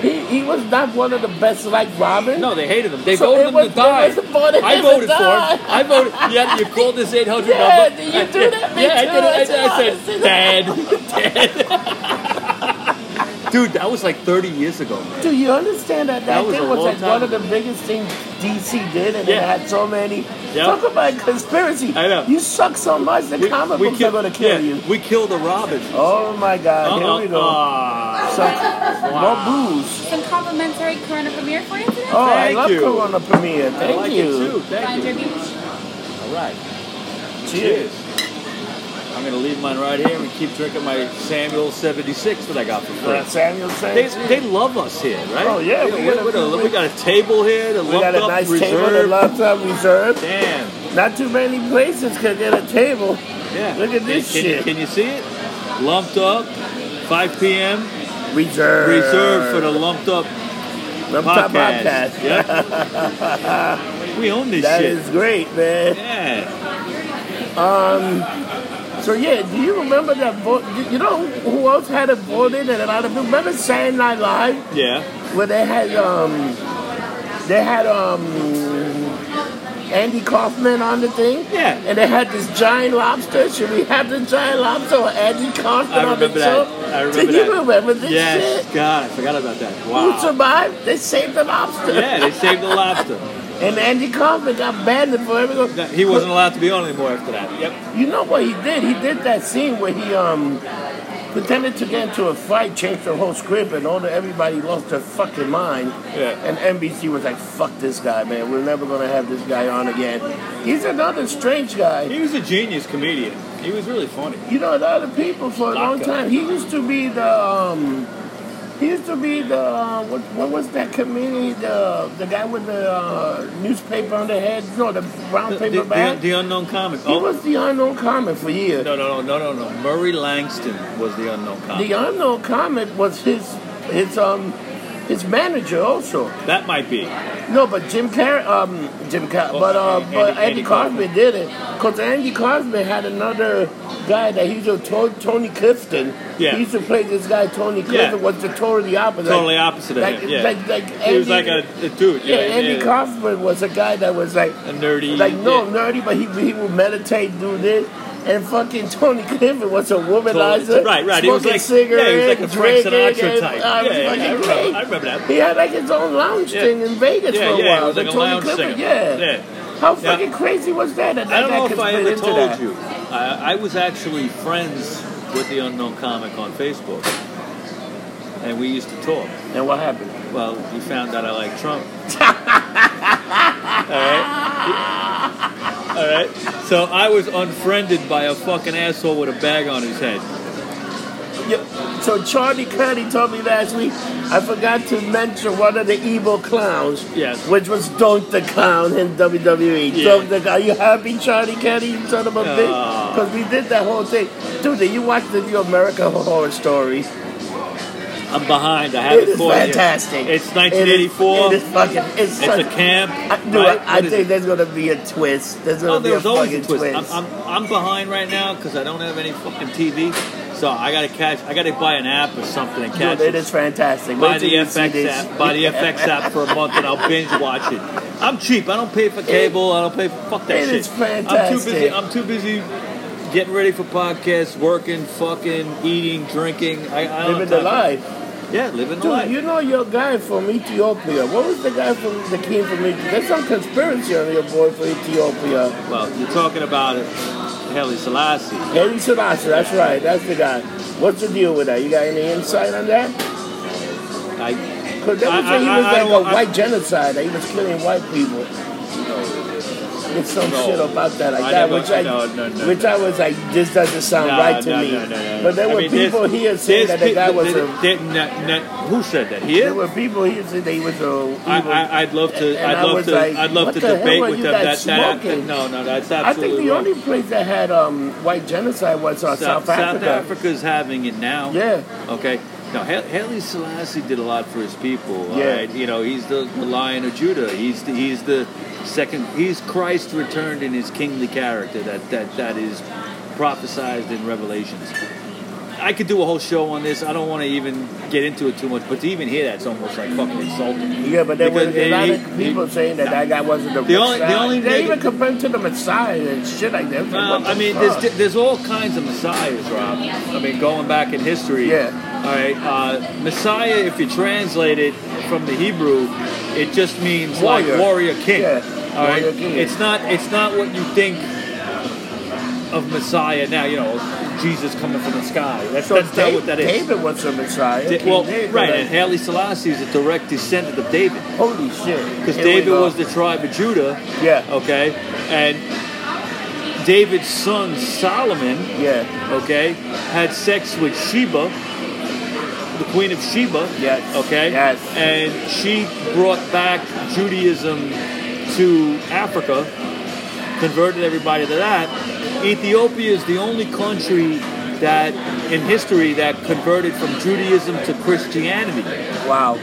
S1: He, he was not one of the best like Robin.
S2: No, they hated him. They
S1: So
S2: voted
S1: it
S2: him
S1: was-
S2: to die.
S1: it was voted
S2: I
S1: him to
S2: voted for
S1: die.
S2: him. I voted. Yeah, you called this 800
S1: Yeah,
S2: number.
S1: did you do that? Me
S2: yeah, I
S1: too.
S2: did it. I,
S1: I
S2: I said, Dad. Dad. Dude, that was like 30 years ago.
S1: Do you understand that? That,
S2: That was
S1: thing
S2: a
S1: was
S2: long
S1: like
S2: time
S1: one of
S2: ago.
S1: the biggest things DC did, and
S2: Yeah.
S1: it had so many.
S2: Yeah.
S1: Talk about conspiracy.
S2: I know.
S1: You suck so much, the comic books are going to kill
S2: yeah, Uh-huh.
S1: you.
S2: We killed a Robin.
S1: Oh my God!
S2: Uh-oh.
S1: Here we go.
S2: Ah.
S1: So, more booze.
S3: Some complimentary Corona premiere for you today.
S1: Oh, I
S2: Thank
S1: love
S2: you.
S1: Corona Premier.
S2: I
S1: Thank
S2: like
S1: you.
S2: it too. Thank
S3: Roger
S2: you.
S3: Beach.
S2: All right.
S1: Cheers.
S2: I'm going to leave mine right here and keep drinking my Samuel 76 that I got for free.
S1: Uh, Samuel
S2: They,
S1: says
S2: they love us here, right?
S1: Oh, yeah,
S2: we,
S1: we
S2: we-
S1: got a-
S2: we got a, we got a table here, the
S1: we got a
S2: up
S1: nice table
S2: reserve.
S1: that loves up reserve.
S2: Damn,
S1: Not too many places can get a table.
S2: yeah.
S1: Look at this
S2: can,
S1: shit.
S2: Can, you see it? Lumped up, 5 p.m.
S1: Reserve.
S2: Reserved for the lumped up
S1: Love Top
S2: podcast.
S1: podcast.
S2: Yeah. we own this
S1: That
S2: shit.
S1: is great, man.
S2: yeah.
S1: So yeah, do you remember that vote? You know who else had a vote in and a lot of people? Remember Saturday Night Live
S2: Yeah.
S1: where they had um they had um Andy Kaufman on the thing?
S2: Yeah.
S1: And they had this giant lobster. Should we have the giant lobster or Andy Kaufman
S2: I
S1: on the
S2: remember that.
S1: show?
S2: I remember
S1: Do you
S2: that.
S1: remember this
S2: yes.
S1: shit?
S2: God, I forgot about that.
S1: Who
S2: Wow.
S1: survived? They saved the lobster.
S2: Yeah, they saved the lobster.
S1: And Andy Kaufman got banned for everything.
S2: That- He wasn't allowed to be on anymore after that. Yep.
S1: You know what he did? He did that scene where he um pretended to get into a fight, changed the whole script, and all the, everybody lost their fucking mind.
S2: Yeah.
S1: And NBC was like, "Fuck this guy, man. We're never gonna have this guy on again." He's another strange guy.
S2: He was a genius comedian. He was really funny.
S1: You know, the other people for a long
S2: Locko.
S1: time. He used to be the. Um, he used to be the uh, what, what was that comedian the the guy with the uh, newspaper on the head no the brown
S2: The,
S1: paper
S2: the-
S1: bag
S2: the unknown comic. Oh,
S1: he was the unknown comic for years
S2: No, no, no, no, no, no. Murray Langston was the unknown comic.
S1: The unknown comic was his his um his manager also.
S2: that might be.
S1: No, but Jim Car um Jim Car but uh
S2: Andy-
S1: but Andy,
S2: Andy
S1: Cosby did it because Andy Cosby had another guy that he used to to- Tony Clifton.
S2: Yeah.
S1: he used to play this guy Tony Clifton was the totally opposite.
S2: Totally opposite of
S1: Like,
S2: him. Yeah.
S1: like like
S2: he was like
S1: Andy-
S2: a, a dude.
S1: yeah,
S2: Yeah,
S1: Andy
S2: yeah.
S1: Kaufman was a guy that was like
S2: A nerdy-
S1: like no
S2: yeah.
S1: nerdy, but he he would meditate, do this. And fucking Tony Clifford was a womanizer.
S2: Totally. Right, right. He was
S1: smoking
S2: like- yeah, he was like a
S1: cigarettes,
S2: Frank
S1: drinking,
S2: Sinatra type.
S1: uh,
S2: Yeah,
S1: fucking
S2: yeah, I remember-
S1: crazy.
S2: I remember that.
S1: He had like his own lounge
S2: Yeah.
S1: thing in Vegas
S2: Yeah,
S1: for a
S2: yeah,
S1: while.
S2: it was
S1: but
S2: like a
S1: Tony
S2: lounge
S1: Clifford,
S2: singer.
S1: yeah.
S2: Yeah.
S1: How
S2: Yeah.
S1: fucking crazy was that? that
S2: I don't
S1: that
S2: know
S1: guy
S2: if I
S1: could
S2: ever
S1: fit into
S2: told
S1: that.
S2: you. I, I was actually friends with the unknown comic on Facebook, and we used to talk.
S1: And what happened?
S2: Well, he found out I like Trump. All right. All right. So I was unfriended by a fucking asshole with a bag on his head.
S1: Yeah. So Charlie Curdy told me last week I forgot to mention one of the evil clowns,
S2: Yes.
S1: which was Don't the Clown in WWE.
S2: Yeah.
S1: Don't the Clown. You happy, Charlie Curdy? You son of a bitch? Because we did that whole thing. Dude, did you watch the new American Horror Story?
S2: I'm behind. I
S1: It
S2: haven't
S1: is
S2: caught yet.
S1: fantastic.
S2: It's
S1: It
S2: 1984.
S1: is, it is fucking. It's,
S2: It's
S1: such,
S2: a camp.
S1: I, dude, I-
S2: right?
S1: I
S2: What is
S1: think
S2: it?
S1: there's gonna be a twist. There's gonna
S2: Oh,
S1: be a
S2: there's always
S1: fucking
S2: a twist. I'm, I'm, I'm behind right now because I don't have any fucking TV, so I gotta catch. I gotta buy an app or something and catch
S1: Dude, it is fantastic. Wait
S2: Buy
S1: till
S2: the
S1: you see
S2: FX
S1: this.
S2: app. Buy the FX app for a month, and I'll binge watch it. I'm cheap. I don't pay for cable. I don't pay for fuck that
S1: It
S2: shit.
S1: is
S2: I'm too busy.
S1: fantastic.
S2: I'm too busy getting ready for podcasts, working, fucking, eating, drinking. I, I
S1: Living
S2: don't have
S1: the
S2: time for-
S1: life.
S2: Yeah, living the
S1: Dude,
S2: life.
S1: you know your guy from Ethiopia. What was the guy from the king from Ethiopia? There's some conspiracy on your boy for Ethiopia.
S2: well, you're talking about it, Haley Selassie.
S1: Haile Selassie, that's right, that's the guy. What's the deal with that? You got any insight on that?
S2: I,
S1: Because they would
S2: I-
S1: say he
S2: I-
S1: was
S2: I- I
S1: like a
S2: don't- I-
S1: white genocide, that he was killing white people. There's some
S2: No.
S1: shit about that, like
S2: I
S1: that,
S2: never-
S1: which I,
S2: no, no, no,
S1: which I was like, this doesn't sound
S2: No,
S1: right to
S2: no,
S1: me.
S2: no, no, no.
S1: But there
S2: I
S1: were
S2: mean,
S1: people
S2: there's-
S1: here saying that
S2: there's
S1: the
S2: pe-
S1: guy
S2: th-
S1: was
S2: th-
S1: a.
S2: th- not- not- who said that? Here?
S1: There were people here saying that he was a. evil
S2: I, I, I'd love to.
S1: And I
S2: I'd love
S1: was
S2: to.
S1: like,
S2: I'd love
S1: what
S2: to
S1: the hell
S2: debate
S1: are
S2: with
S1: you
S2: them. That,
S1: guys
S2: that,
S1: smoking?
S2: no, no, that's
S1: I think
S2: absolutely
S1: the
S2: wrong.
S1: only place that had um, white genocide was uh, South, Africa.
S2: Africa's having it now.
S1: Yeah.
S2: Okay. Now, Ha- Haile Selassie did a lot for his people. all
S1: Yeah.
S2: right? You know, he's the, the Lion of Judah. He's the, he's the second. He's Christ returned in his kingly character. That that that is prophesized in Revelations. I could do a whole show on this. I don't want to even get into it too much, but to even hear that's almost like fucking insulting.
S1: Yeah, but there were
S2: Because
S1: a lot
S2: he-
S1: of people saying that that guy wasn't the,
S2: The only- the
S1: Messiah.
S2: only
S1: they
S2: neg-
S1: even compared him to the Messiah and shit like that. What
S2: Well,
S1: the
S2: I mean,
S1: fuck?
S2: there's, there's all kinds of messiahs, Rob. I mean, going back in history.
S1: Yeah.
S2: All right. Uh, messiah, if you translate it from the Hebrew, it just means
S1: Warrior.
S2: like warrior king.
S1: Yeah,
S2: All right.
S1: warrior king.
S2: It's not. It's not what you think of messiah now. You know, Jesus coming from the sky. That's,
S1: so
S2: that's not
S1: Da-
S2: what that is.
S1: David was the Messiah.
S2: Da-
S1: King
S2: well,
S1: David,
S2: right.
S1: like,
S2: And Haile Selassie is a direct descendant of David
S1: holy shit.
S2: because
S1: Here we
S2: David
S1: go.
S2: was the tribe of Judah.
S1: Yeah.
S2: Okay. And David's son Solomon
S1: yeah.
S2: okay, had sex with Sheba, the queen of Sheba.
S1: Yes.
S2: Okay.
S1: Yes.
S2: And she brought back Judaism to Africa, converted everybody to that. Ethiopia is the only country that in history that converted from Judaism to Christianity
S1: Wow.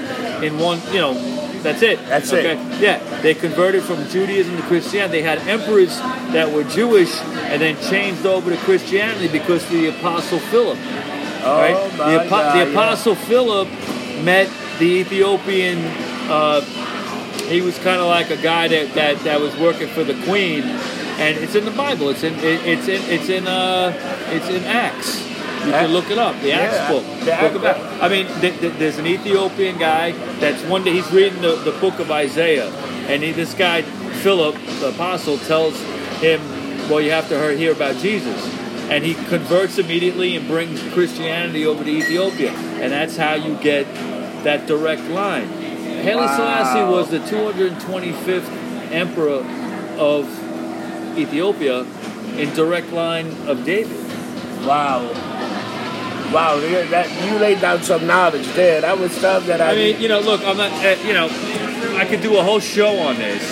S2: in one, you know, that's it.
S1: That's it.
S2: Yeah, they converted from Judaism to Christianity. They had emperors that were Jewish and then changed over to Christianity because of the Apostle Philip.
S1: Oh
S2: right?
S1: my
S2: the, apo-
S1: God,
S2: the
S1: yeah.
S2: Apostle Philip met the Ethiopian. Uh, he was kind of like a guy that, that, that was working for the Queen, and it's in the Bible. It's in it, it's in it's in uh, it's in Acts. You
S1: Acts-
S2: can look it up. The
S1: Yeah,
S2: Acts book.
S1: the Acts
S2: Book of Acts. I mean, th- th- there's an Ethiopian guy that's one day he's reading the, the book of Isaiah, and he, this guy Philip, the apostle, tells him, "Well, you have to hear, hear about Jesus," and he converts immediately and brings Christianity over to Ethiopia, and that's how you get that direct line. Haile
S1: Wow.
S2: Selassie was the 225th emperor of Ethiopia in direct line of David.
S1: Wow. Wow. yeah, That, you laid down some knowledge there. That was stuff that I,
S2: I mean, you know, look, I'm not, uh, you know, I could do a whole show on this.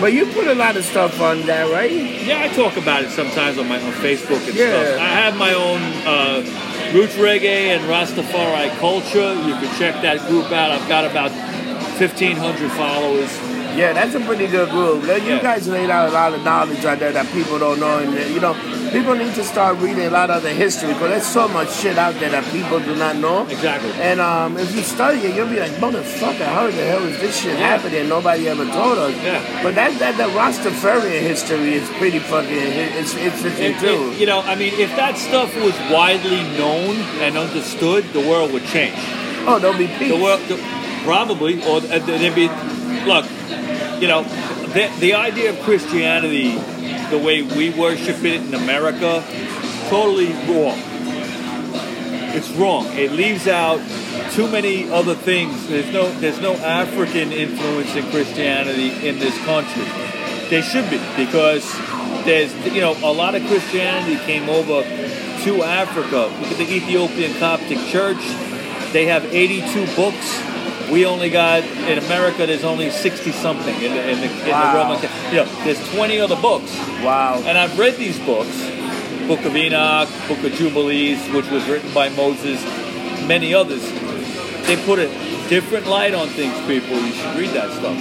S1: But you put a lot of stuff on that, right?
S2: Yeah, I talk about it sometimes on my on Facebook and
S1: Yeah.
S2: stuff. I have my own uh, roots reggae and Rastafari culture. You can check that group out. I've got about 1,500 followers.
S1: Yeah, that's a pretty good group. Now, You
S2: Yeah.
S1: guys laid out a lot of knowledge out there that people don't know, and uh, you know, people need to start reading a lot of the history because there's so much shit out there that people do not know.
S2: Exactly.
S1: And um, if you study it, you'll be like, motherfucker, how the hell is this shit happening? Nobody ever told us.
S2: Yeah.
S1: But that that the Rastafarian history is pretty fucking. It's it's it's,
S2: It-
S1: it's
S2: it- eh, you know, I mean, if that stuff was widely known and understood, the world would change.
S1: Oh, there'll be peace.
S2: The world, the, probably, or th- there'd be. Look, you know, the, the idea of Christianity, the way we worship it in America, totally wrong. It's wrong. It leaves out too many other things. There's no, there's no African influence in Christianity in this country. They should be because there's you know a lot of Christianity came over to Africa. Look at the Ethiopian Coptic Church. They have 82 books. We only got in America. There's only 60 something in the in the, in
S1: Wow.
S2: the Roman. Ca- You know, there's 20 other books.
S1: Wow.
S2: And I've read these books Book of Enoch, Book of Jubilees, which was written by Moses, many others. They put a different light on things, people. You should read that stuff.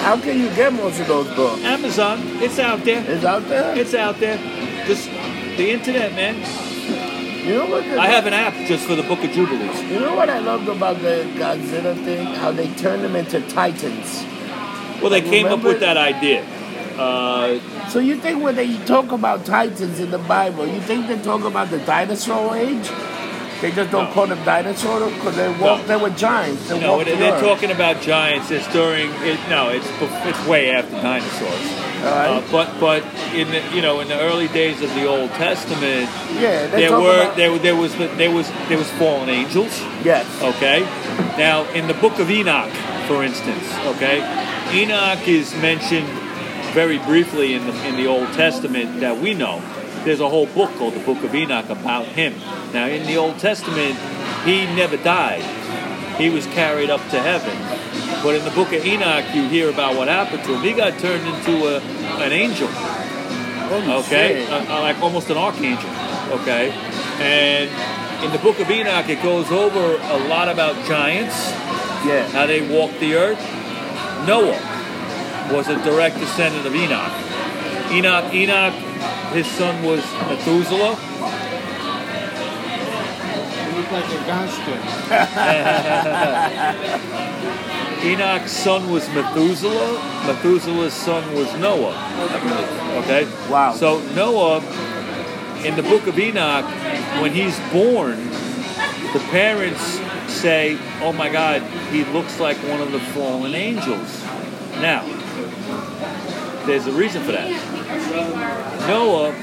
S1: How can you get most of those books?
S2: Amazon, it's out there.
S1: It's out there.
S2: It's out there. Just the internet, man.
S1: You know what?
S2: I have an app just for the Book of Jubilees.
S1: You know what I loved about the Godzilla thing? How they turned them into titans.
S2: Well, they came up with that idea. Uh,
S1: So you think when they talk about titans in the Bible, you think they talk about the dinosaur age? They just don't call them dinosaurs because they walked. They were giants. They
S2: no,
S1: walked the
S2: they're
S1: earth.
S2: talking about giants. It's during. It, no, it's bef- it's way after dinosaurs.
S1: All right?
S2: Uh, but but in the, you know in the early days of the Old Testament,
S1: yeah, they
S2: there
S1: talk
S2: were
S1: about-
S2: there there was the, there was there was fallen angels.
S1: yes.
S2: Okay, now in the Book of Enoch, for instance, okay, Enoch is mentioned very briefly in the in the Old Testament that we know. There's a whole book called the Book of Enoch about him. Now in the Old Testament, he never died. He was carried up to heaven. But in the Book of Enoch, you hear about what happened to him. He got turned into a, an angel
S1: Holy
S2: okay,
S1: shit.
S2: uh, uh, like almost an archangel, okay. And in the Book of Enoch, it goes over a lot about giants,
S1: yeah.
S2: how they walked the earth. Noah was a direct descendant of Enoch. Enoch, Enoch, his son was Methuselah.
S5: You look like a gangster.
S2: Enoch's son was Methuselah. Methuselah's son was Noah. Okay.
S1: Wow.
S2: So Noah, in the book of Enoch, when he's born, the parents say, "Oh my God, he looks like one of the fallen angels." Now, there's a reason for that. Noah,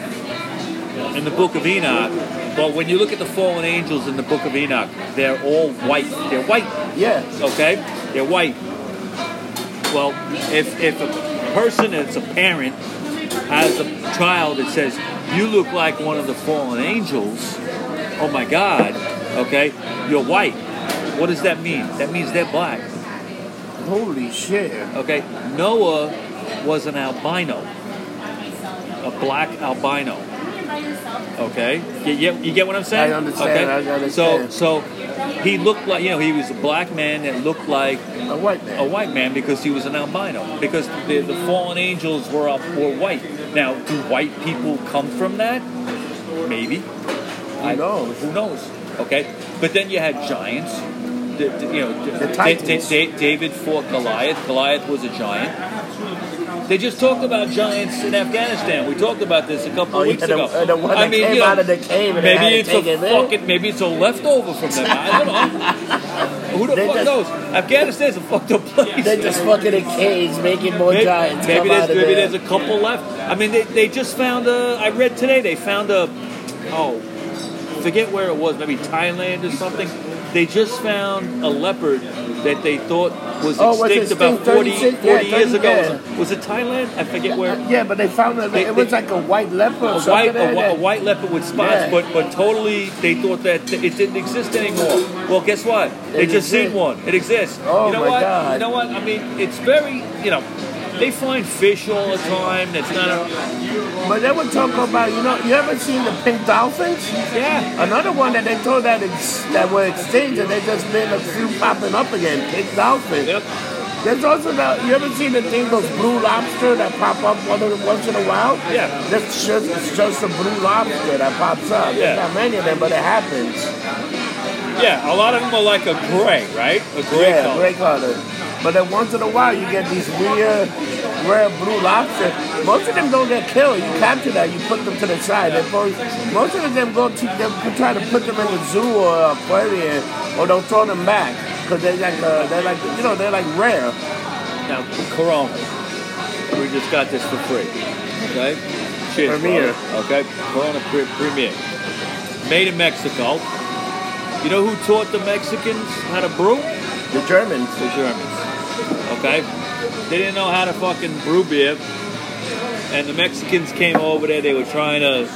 S2: in the book of Enoch, well, when you look at the fallen angels in the book of Enoch, they're all white. They're white
S1: Yeah.
S2: okay? They're white. Well, if, if a person that's a parent has a child that says, You look like one of the fallen angels, oh my God, okay, you're white. What does that mean? That means they're black,
S1: Holy shit.
S2: okay? Noah was an albino, a black albino. Okay, you get, you get what I'm saying?
S1: I understand,
S2: Okay?
S1: I understand.
S2: So, so he looked like you know he was a black man that looked like
S1: A white man.
S2: a white man because he was an albino. Because the, the fallen angels were up, were white. Now, do white people come from that? Maybe. I-
S1: knows?
S2: Who knows? Okay. But then you had giants. The, the- you know,
S1: The
S2: Da-
S1: Titans.
S2: Da- Da- David fought Goliath. Goliath was a giant. They just talked about giants in Afghanistan. We talked about this a couple
S1: Oh,
S2: of weeks
S1: yeah, the-
S2: ago.
S1: uh, the one that came out of the cave and they had
S2: maybe
S1: to
S2: it's
S1: take
S2: a
S1: it there.
S2: fucking maybe it's a leftover from them. I don't know. Who the
S1: They
S2: fuck
S1: just-
S2: knows? Afghanistan's a fucked up place.
S1: They're just fucking in caves, making more giants
S2: maybe
S1: come
S2: there's,
S1: out of
S2: maybe
S1: there.
S2: there's a couple left. I mean, they, they just found a. I read today they found a. Oh, forget where it was. Maybe Thailand or something. They just found a leopard that they thought was
S1: Oh, was it
S2: extinct about
S1: extinct
S2: 40,
S1: 36?
S2: 40
S1: Yeah,
S2: years ago.
S1: yeah.
S2: Was it Thailand? I forget where.
S1: yeah, but they found that
S2: They-
S1: it was
S2: they-
S1: like a white leopard. or
S2: A
S1: something
S2: white, a,
S1: like
S2: whi- a
S1: that.
S2: white leopard with spots,
S1: Yeah.
S2: but but totally they thought that th- it didn't exist anymore. Well, guess what? They
S1: It
S2: just seen
S1: exists.
S2: one. It exists.
S1: Oh,
S2: you know
S1: my
S2: what?
S1: God.
S2: You know what? I mean, it's very you know. They find fish all the time. That's not a
S1: But they were talking about, you know, you ever seen the pink dolphins?
S2: yeah.
S1: Another one that they told that ex- that were extinct, and they just been a few popping up again. Pink dolphins.
S2: Yep.
S1: There's also the you ever seen the thing those blue lobster that pop up one of the- once in a while?
S2: Yeah.
S1: That's just it's just a blue lobster that pops up.
S2: Yeah.
S1: There's not many of them, but it happens.
S2: Yeah, a lot of them are like a gray, right? A gray
S1: Yeah,
S2: color.
S1: gray color. But then once in a while you get these weird, rare blue lobster. Most of them don't get killed. You capture that, you put them to the side. They Most, most of them go to, they try to put them in the zoo or aquarium, or they'll throw them back because they're like, uh, they're like, you know, they're like rare.
S2: Now, Corona. We just got this for free. Okay? Cheers,
S1: Premier.
S2: brother. Okay? Corona pre- Premier. Made in Mexico. You know who taught the Mexicans how to brew?
S1: The Germans.
S2: The Germans. Okay? They didn't know how to fucking brew beer, and the Mexicans came over there. They were trying to.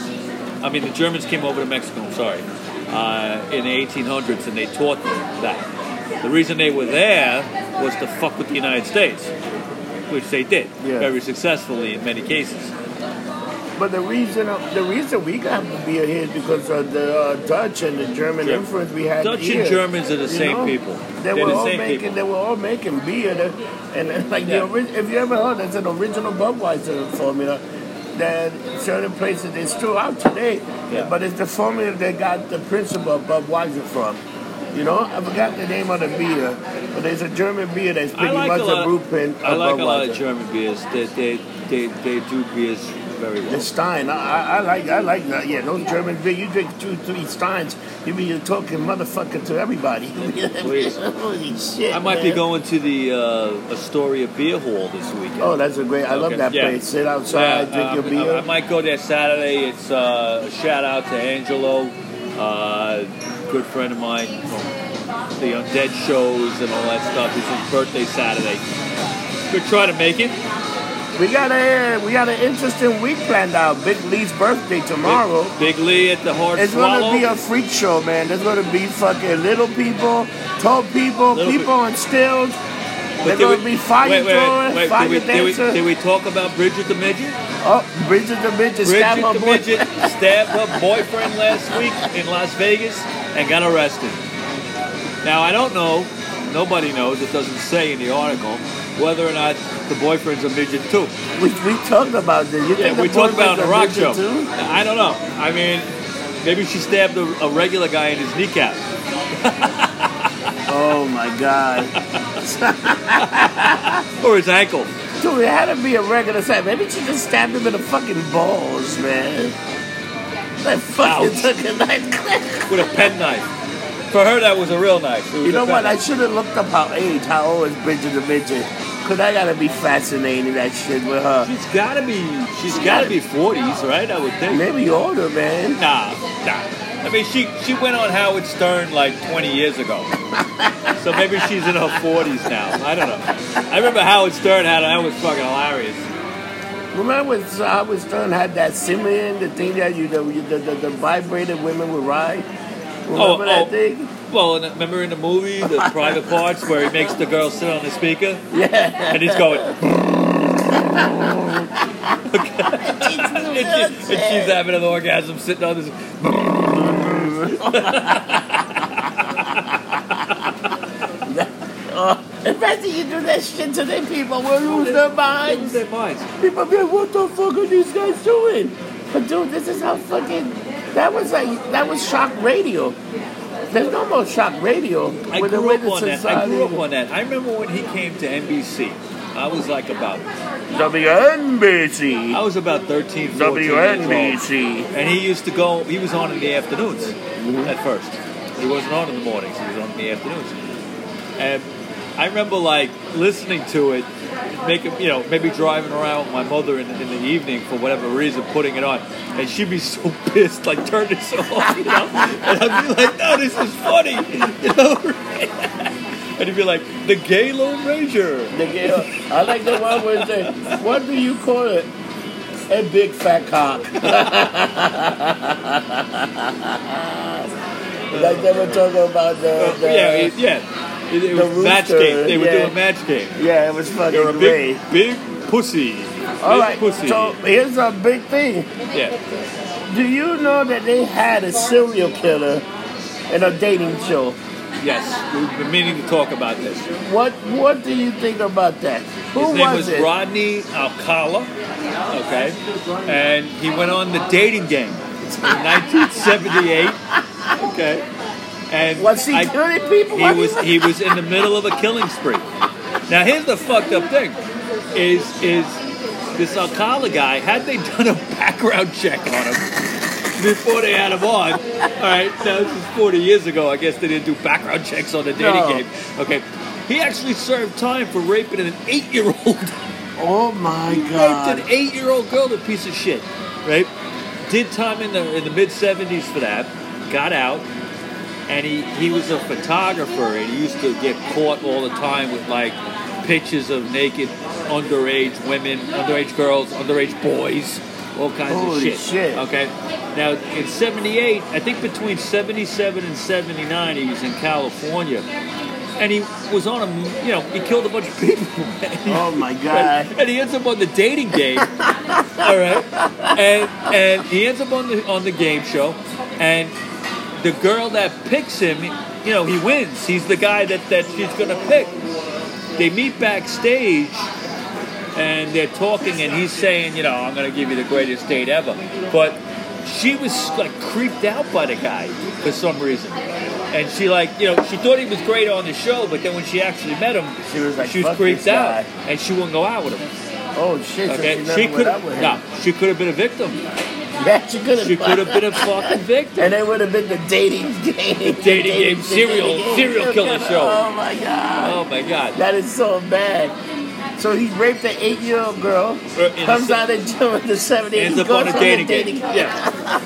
S2: I mean, the Germans came over to Mexico. I'm sorry, uh, in the 1800s, and they taught them that. The reason they were there was to fuck with the United States, which they did
S1: Yeah.
S2: very successfully in many cases.
S1: But the reason the reason we got to be here is because of the uh, Dutch and the German
S2: Yeah.
S1: influence we had.
S2: Dutch and
S1: here,
S2: Germans are the
S1: you
S2: same people.
S1: They
S2: They're
S1: were
S2: the
S1: all
S2: same
S1: making
S2: people.
S1: they were all making beer, that, and, and like
S2: Yeah.
S1: the ori- if you ever heard, that's an original Budweiser formula. That certain places it's still out today,
S2: Yeah.
S1: but it's the formula they got the principle of Budweiser from. You know, I forgot the name of the beer, but there's a German beer that's pretty
S2: I like
S1: much
S2: a lot.
S1: blueprint
S2: I
S1: of
S2: like
S1: Budweiser.
S2: a lot of German beers. They they they, they do beers very well.
S1: The Stein, I, I, I like, I like that. Yeah, those German beer. You drink two, three Steins, you mean you're talking motherfucker to everybody.
S2: Please.
S1: Holy shit!
S2: I might be
S1: man.
S2: going to the uh, Astoria Beer Hall this weekend.
S1: Oh, that's a great. I love
S2: Okay.
S1: that
S2: Yeah.
S1: place. Sit outside,
S2: Yeah,
S1: drink
S2: um,
S1: your beer.
S2: I, I might go there Saturday. It's uh, a shout out to Angelo, uh, good friend of mine from the Undead shows and all that stuff. It's his birthday Saturday. Could try to make it.
S1: we got a, we got an interesting week planned out. Big Lee's birthday tomorrow.
S2: Big Lee at the Hard
S1: It's
S2: Swallow.
S1: gonna be a freak show, man. There's gonna be fucking little people, tall people,
S2: Little
S1: people
S2: pe-
S1: on stills.
S2: But
S1: There's
S2: did
S1: gonna
S2: we-
S1: be fire
S2: wait, wait,
S1: throwers,
S2: wait, wait,
S1: fire
S2: did we, did we-
S1: dancers.
S2: Did we talk about Bridget the Midget?
S1: oh, Bridget the bitch is stab her
S2: Bridget the
S1: boy.
S2: Midget stabbed her boyfriend last week in Las Vegas and got arrested. Now, I don't know, nobody knows, it doesn't say in the article, whether or not the boyfriend's a midget too.
S1: We, we talked about this. You
S2: Yeah,
S1: think
S2: we
S1: the
S2: talked about
S1: boyfriend's a
S2: it on the rock
S1: midget
S2: show.
S1: too?
S2: I don't know. I mean, maybe she stabbed a, a regular guy in his kneecap.
S1: Oh my god.
S2: Or his ankle.
S1: Dude, it had to be a regular stab. Maybe she just stabbed him in the fucking balls, man. That fucking
S2: Ouch.
S1: took a knife.
S2: With a pen knife. For her, that was a real knife. It was
S1: you
S2: a
S1: know
S2: pen
S1: what? I
S2: knife.
S1: should have looked up her age, how old is Bridget the Midget. Cause I gotta be fascinated that shit with her.
S2: She's gotta be, she's gotta be 40s, right? I would think.
S1: Maybe older, man.
S2: Nah, nah. I mean, she she went on Howard Stern like 20 years ago, so maybe she's in her 40s now. I don't know. I remember Howard Stern had that was fucking hilarious.
S1: Remember when Howard Stern had that Simeon, the thing that you the the, the, the vibrated women would ride? Remember that
S2: oh.
S1: thing?
S2: Well, and remember in the movie, the private parts where he makes the girl sit on the speaker
S1: Yeah.
S2: and he's going. and, she- and she's having an orgasm sitting on this.
S1: Imagine you do that shit to them people, we'll lose their minds.
S2: Their minds.
S1: People be like, what the fuck are these guys doing? But dude, this is how fucking that was like that was shock radio. There's no more shock radio.
S2: I
S1: with the
S2: grew
S1: way
S2: up
S1: the
S2: on that. I
S1: society-
S2: grew up on that. I remember when he came to NBC. I was like about
S1: WNBC.
S2: I was about 13, 14 years old.
S1: WNBC.
S2: And he used to go, he was on in the afternoons
S1: Mm-hmm.
S2: at first. He wasn't on in the mornings, he was on in the afternoons. And I remember like listening to it, making, you know, maybe driving around with my mother in, in the evening for whatever reason, putting it on. And she'd be so pissed, like, turn this off, you know? And I'd be like, no, this is funny, you know? and he'd be like, the gay Lone Ranger.
S1: The girl- I like the one where it says, what do you call it? A big fat cock. like they were talking about the, the
S2: Oh, yeah, it, yeah. It, it
S1: the
S2: was match
S1: rooster,
S2: game. They were
S1: yeah.
S2: doing match game.
S1: yeah, it was fucking
S2: You're a
S1: great.
S2: big, big pussy.
S1: All
S2: big
S1: right,
S2: pussy.
S1: so here's a big thing.
S2: yeah.
S1: Do you know that they had a serial killer in a dating show?
S2: Yes, we've been meaning to talk about this. His
S1: What What do you think about that? Who
S2: name
S1: was,
S2: was
S1: it?
S2: Rodney Alcala. Okay, and he went on the dating game in 1978. Okay, and
S1: was he
S2: I-
S1: killing people?
S2: he
S1: What
S2: was he was in the middle of a killing spree. Now here's the fucked up thing: is is this Alcala guy? Had they done a background check on him before they had him on? All right, now this is 40 years ago. I guess they didn't do background checks on the dating
S1: No.
S2: game. Okay, he actually served time for raping an eight-year-old.
S1: oh my
S2: raped
S1: god!
S2: an eight-year-old girl, the piece of shit, right? Did time in the in the mid '70s for that. Got out, and he he was a photographer, and he used to get caught all the time with like pictures of naked underage women, underage girls, underage boys, all kinds
S1: Holy
S2: of shit.
S1: shit.
S2: Okay. Now in '78, I think between '77 and '79, he was in California, and he was on a, you know, he killed a bunch of people. man.
S1: Oh my
S2: Right?
S1: God.
S2: And he ends up on the dating game. all right. And and he ends up on the on the game show, and the girl that picks him, you know, he wins. He's the guy that that she's gonna pick. They meet backstage. And they're talking, and he's saying, "You know, I'm gonna give you the greatest date ever." But she was like creeped out by the guy for some reason, and she like, you know, she thought he was great on the show, but then when she actually met him,
S1: She was like,
S2: she was
S1: "Fuck
S2: creeped
S1: this guy."
S2: out, and she wouldn't go out with him.
S1: Oh shit.
S2: Okay,
S1: So
S2: she
S1: she never
S2: could
S1: went up
S2: have.
S1: with him.
S2: No, she could have been a victim.
S1: Yeah, she could have.
S2: She could have been a fucking victim.
S1: And they would have been the dating game. The
S2: dating game, serial- serial killer show.
S1: Oh my god.
S2: Oh my god!
S1: That is so bad. So he raped an eight-year-old girl,
S2: Uh, in
S1: comes
S2: the-
S1: out of jail in the 70s,
S2: Ends
S1: he
S2: up on
S1: goes
S2: a dating game.
S1: game.
S2: Yeah,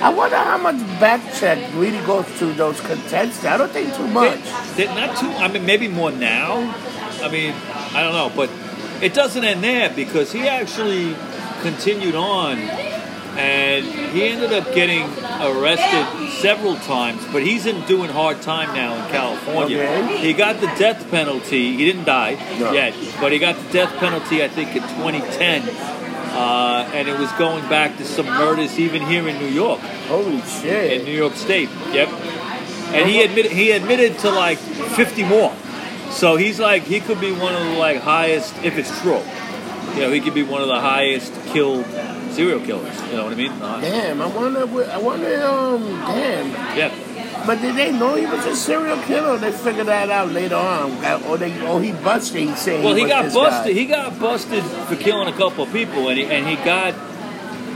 S1: I wonder how much back check really goes to those contestants. I don't think too much.
S2: They- they're not too. I mean, maybe more now. I mean, I don't know, but it doesn't end there because he actually continued on, and he ended up getting arrested several times. But he's in doing hard time now in California.
S1: Okay.
S2: He got the death penalty. He didn't die
S1: No.
S2: yet, but he got the death penalty. I think in 2010. Uh, and it was going back to some murders even here in New York
S1: Holy
S2: in
S1: shit.
S2: New York State. Yep. And he admitted he admitted to like 50 more. So he's like he could be one of the like highest if it's true. You know, he could be one of the highest killed serial killers. You know what I mean? Uh,
S1: Damn, I wonder. wh- I wonder. Um, damn.
S2: yeah.
S1: But did they know he was a serial killer? Or they figured that out later on, or they, or he busted. He said.
S2: Well, he
S1: was
S2: got
S1: this guy.
S2: busted. He got busted for killing a couple of people, and he, and he got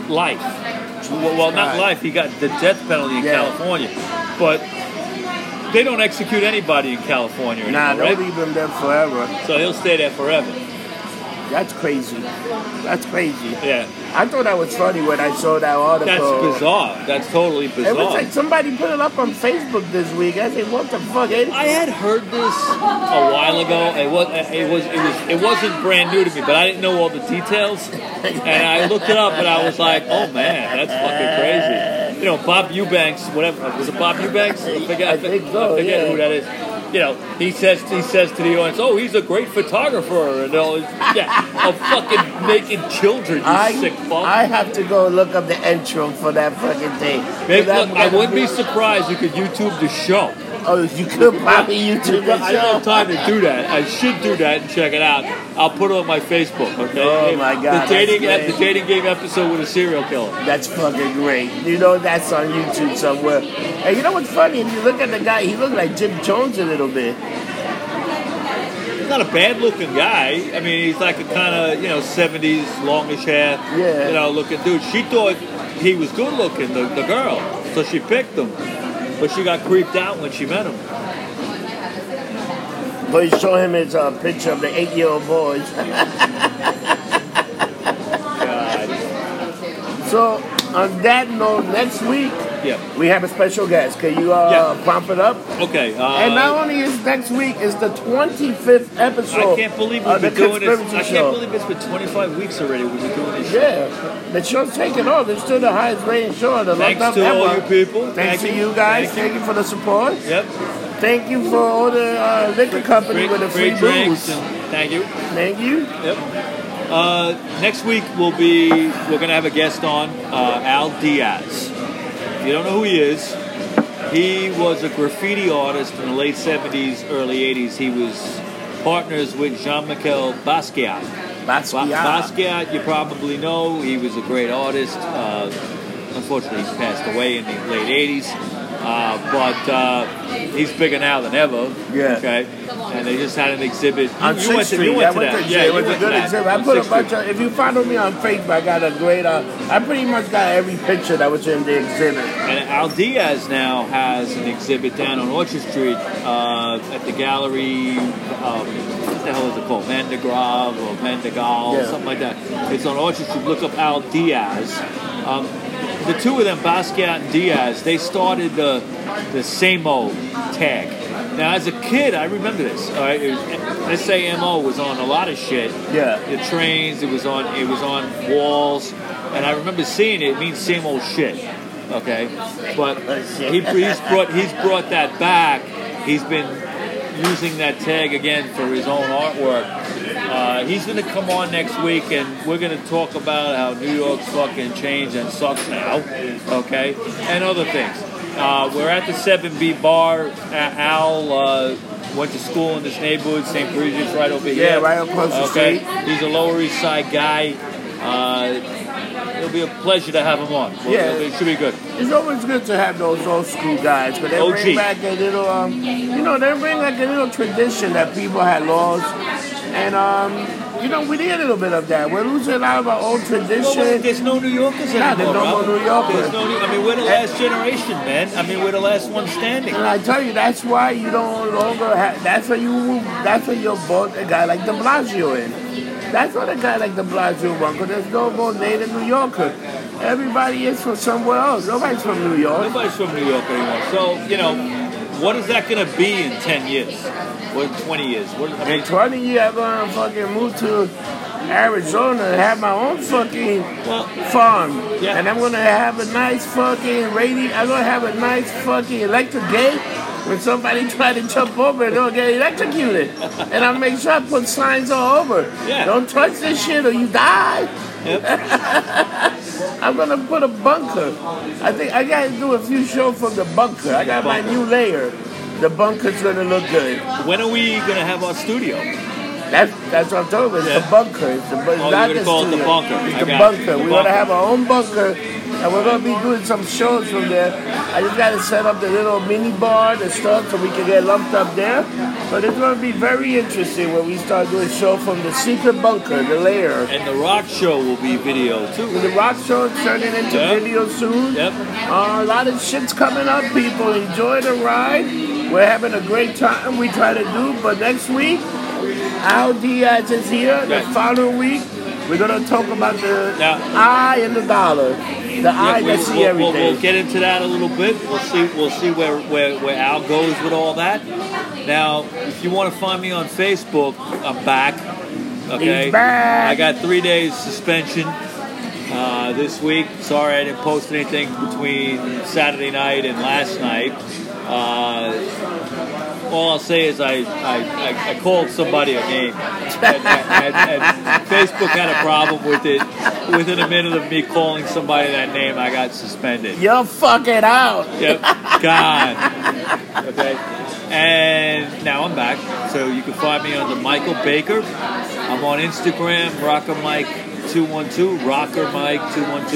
S2: life. Well, well, not
S1: Christ.
S2: life. He got the death penalty in
S1: Yeah.
S2: California, but they don't execute anybody in California anymore,
S1: Nah,
S2: right?
S1: don't leave him there forever.
S2: so he'll stay there forever.
S1: That's crazy. That's crazy.
S2: Yeah.
S1: I thought that was funny when I saw that article.
S2: That's bizarre. That's totally bizarre.
S1: It was like somebody put it up on Facebook this week. I said, "What the fuck?" It,
S2: I had heard this a while ago. It was it was it was it wasn't brand new to me, but I didn't know all the details. And I looked it up, and I was like, "Oh man, that's fucking crazy." You know, Bob Eubanks, whatever was it Bob Eubanks? I forget,
S1: I think so,
S2: I forget
S1: yeah.
S2: who that is. You know, he says he says to the audience, "Oh, he's a great photographer," and all. Yeah, of fucking naked children, you
S1: I,
S2: sick fuck.
S1: I have to go look up the intro for that fucking thing.
S2: Babe,
S1: That-
S2: look, I wouldn't be surprised you could YouTube the show.
S1: Oh, you could probably YouTube
S2: But
S1: the
S2: I don't have
S1: show.
S2: time to do that. I should do that and check it out. I'll put it on my Facebook. Okay.
S1: Oh, my God,
S2: The dating
S1: that's great.
S2: the dating game episode with a serial killer.
S1: That's fucking great. You know that's on YouTube somewhere. And you know what's funny? If you look at the guy, he looked like Jim Jones a little bit.
S2: He's not a bad looking guy. I mean, he's like a kind of you know seventies longish hair.
S1: Yeah.
S2: You know, looking dude. She thought he was good looking, the, the girl, so she picked him. But she got creeped out when she met him.
S1: But he showed him his uh, picture of the eight-year-old boys. so on that note, next week
S2: Yeah.
S1: we have a special guest. Can you uh,
S2: Yeah.
S1: pump it up?
S2: Okay. Uh,
S1: And not only is next week is the 25th episode.
S2: I can't believe
S1: of
S2: we've been
S1: the
S2: doing this.
S1: Conspiracy
S2: I
S1: Uh, Show.
S2: can't believe it's been 25 weeks already. We've been doing this. show.
S1: Yeah, the show's taking off. It's still the highest rating show in the
S2: Thanks
S1: Love
S2: to all
S1: Network.
S2: you people.
S1: Thanks
S2: Thank
S1: to
S2: you.
S1: you guys.
S2: Thank
S1: Thank you for the support.
S2: Yep.
S1: Thank you for all the uh, liquor company
S2: Great,
S1: with the free
S2: great drinks.
S1: booze.
S2: And thank you.
S1: Thank you.
S2: Yep. Uh, next week will be we're gonna have a guest on uh, Al Diaz. If you don't know who he is, he was a graffiti artist in the late '70s, early '80s. He was partners with Jean-Michel Basquiat. Ba-
S1: Basquiat.
S2: Basquiat, you probably know. He was a great artist. Uh, unfortunately, he passed away in the late 80s. Uh, but uh, he's bigger now than ever.
S1: Yeah.
S2: Okay. And they just had an exhibit. You,
S1: On
S2: you
S1: Sixth
S2: went to,
S1: Street,
S2: you
S1: I
S2: went to
S1: went
S2: that.
S1: to-
S2: yeah,
S1: it was
S2: you
S1: a
S2: went to
S1: good
S2: that
S1: exhibit. I
S2: on
S1: put a
S2: Sixth Street.
S1: bunch of. If you follow me on Facebook, I got a great. Uh, I pretty much got every picture that was in the exhibit.
S2: And Al Diaz now has an exhibit down on Orchard Street uh, at the gallery. Um, what the hell is it called? Van de Graaff or Van de Gaal,
S1: Yeah.
S2: something like that. It's on Orchard Street. Look up Al Diaz. Um, the two of them, Basquiat and Diaz, they started the the SAMO tag. Now, as a kid, I remember this. All right, it was, SAMO was on a lot of shit.
S1: Yeah.
S2: The trains. It was on. It was on walls, and I remember seeing it. It means same old shit. Okay, but he, he's brought he's brought that back. He's been using that tag again for his own artwork. Uh, he's going to come on next week, and we're going to talk about how New York's fucking changed and sucks now. Okay, and other things. Uh, we're at the 7B bar. Uh, Al uh, went to school in this neighborhood, St. Parisian's right over here.
S1: Yeah, right across the
S2: okay.
S1: street.
S2: He's a Lower East Side guy. Uh, it'll be a pleasure to have him on. Well,
S1: Yeah.
S2: It should be good.
S1: It's always good to have those old school guys, but they
S2: OG.
S1: bring back a little, um, you know, they bring like a little tradition that people had lost, and um, you know, we need a little bit of that. We're losing a lot of our old tradition.
S2: There's no New Yorkers
S1: Nah, there's
S2: anymore.
S1: no more
S2: bro.
S1: New Yorkers.
S2: There's no New- I mean, we're the last generation, man. I mean, we're the last one standing.
S1: And I tell you, that's why you don't longer have. That's why you. That's why you vote a guy like De Blasio in. That's what a guy like De Blasio won. Cause there's no more native New Yorker. Everybody is from somewhere else. Nobody's from New York.
S2: Nobody's from New York anymore. So, you know, what is that going to be in 10 years? Or 20 years? What, I mean,
S1: In 20 years, I'm gonna fucking move to Arizona and have my own fucking
S2: well,
S1: farm.
S2: Yeah.
S1: And I'm gonna have a nice fucking radio. I'm gonna have a nice fucking electric gate. When somebody try to jump over, they'll get electrocuted. and I'll make sure I put signs all over.
S2: Yeah.
S1: Don't touch this shit or you die.
S2: Yep.
S1: I'm gonna put a bunker. I think I gotta do a few shows from the bunker. I got my new layer. The bunker's gonna look good.
S2: when are we going to have our studio?
S1: That's that's what I'm talking about. It's
S2: Yeah.
S1: the bunker. It's the, bu-
S2: Oh,
S1: not the
S2: you're gonna call it the
S1: studio.
S2: bunker.
S1: It's
S2: I
S1: the
S2: got
S1: bunker.
S2: you. The
S1: We're
S2: bunker.
S1: gonna have our own bunker, and we're gonna be doing some shows from there. I just gotta set up the little mini bar, the stuff, so we can get lumped up there. But it's gonna be very interesting when we start doing show from the secret bunker, the lair.
S2: And the rock show will be video too.
S1: The rock show is turning into
S2: Yeah.
S1: video soon.
S2: Yep.
S1: Uh, a lot of shit's coming up, people. Enjoy the ride. We're having a great time. We try to do, but next week, Al Diaz is here. The
S2: Right.
S1: following week, we're gonna talk about the
S2: Now-
S1: I and the dollar. The I
S2: we,
S1: that see
S2: will
S1: everything.
S2: We'll, get into that a little bit. We'll see. We'll see where, where, where Al goes with all that. Now, if you want to find me on Facebook, I'm back. Okay,
S1: He's back.
S2: I got three days suspension uh, this week. Sorry, I didn't post anything between Saturday night and last night. Uh, all I'll say is I, I, I, I called somebody a name. And, and- and Facebook had a problem with it. Within a minute of me calling somebody that name, I got suspended.
S1: You're fucking out.
S2: Yep. God. Okay. And now I'm back. So you can find me under Michael Baker. I'm on Instagram, Rocker Mike 212, Rocker Mike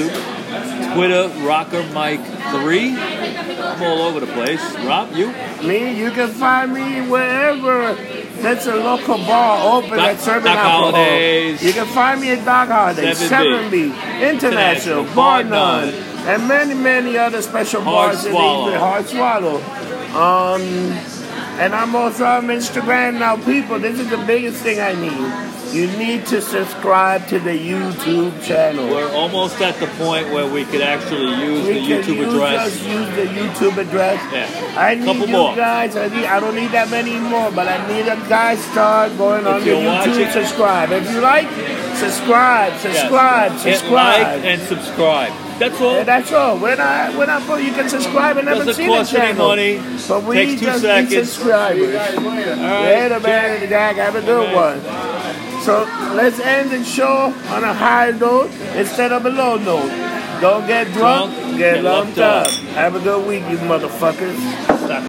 S2: 212. Twitter, Rocker Mike 3. I'm all over the place. Rob, you?
S1: Me, you can find me wherever that's a local bar open
S2: Doc-
S1: at serving
S2: Doc
S1: alcohol.
S2: Holidays.
S1: You can find me at Doc Holidays,
S2: 7B,
S1: 7B, International, Bar None, and many, many other special
S2: Hard
S1: bars in the
S2: Swallow.
S1: evening. Hard Swallow. Um, and I'm also on Instagram now. People, this is the biggest thing I need. You need to subscribe to the YouTube channel.
S2: We're almost at the point where we could actually use
S1: We
S2: the
S1: can
S2: YouTube
S1: use
S2: address.
S1: Just use the YouTube address.
S2: Yeah.
S1: I need
S2: Couple
S1: you
S2: more.
S1: guys. I need. I don't need that many more, but I need a guy start going on the
S2: you're
S1: YouTube.
S2: watching-
S1: subscribe if you like. Subscribe,
S2: Yes.
S1: subscribe,
S2: Hit
S1: subscribe.
S2: like and subscribe. That's all.
S1: And that's all. We're not. We're not. You can subscribe and never
S2: Doesn't
S1: see
S2: cost
S1: the
S2: any
S1: channel.
S2: money.
S1: But we
S2: Takes two
S1: just need
S2: seconds.
S1: subscribers.
S2: All right.
S1: Later, man. Jack, have a good one. So let's end the show on a high note instead of a low note. Don't get drunk,
S2: Drunk,
S1: get,
S2: get
S1: lumped
S2: lumped up.
S1: up. Have a good week, you motherfuckers.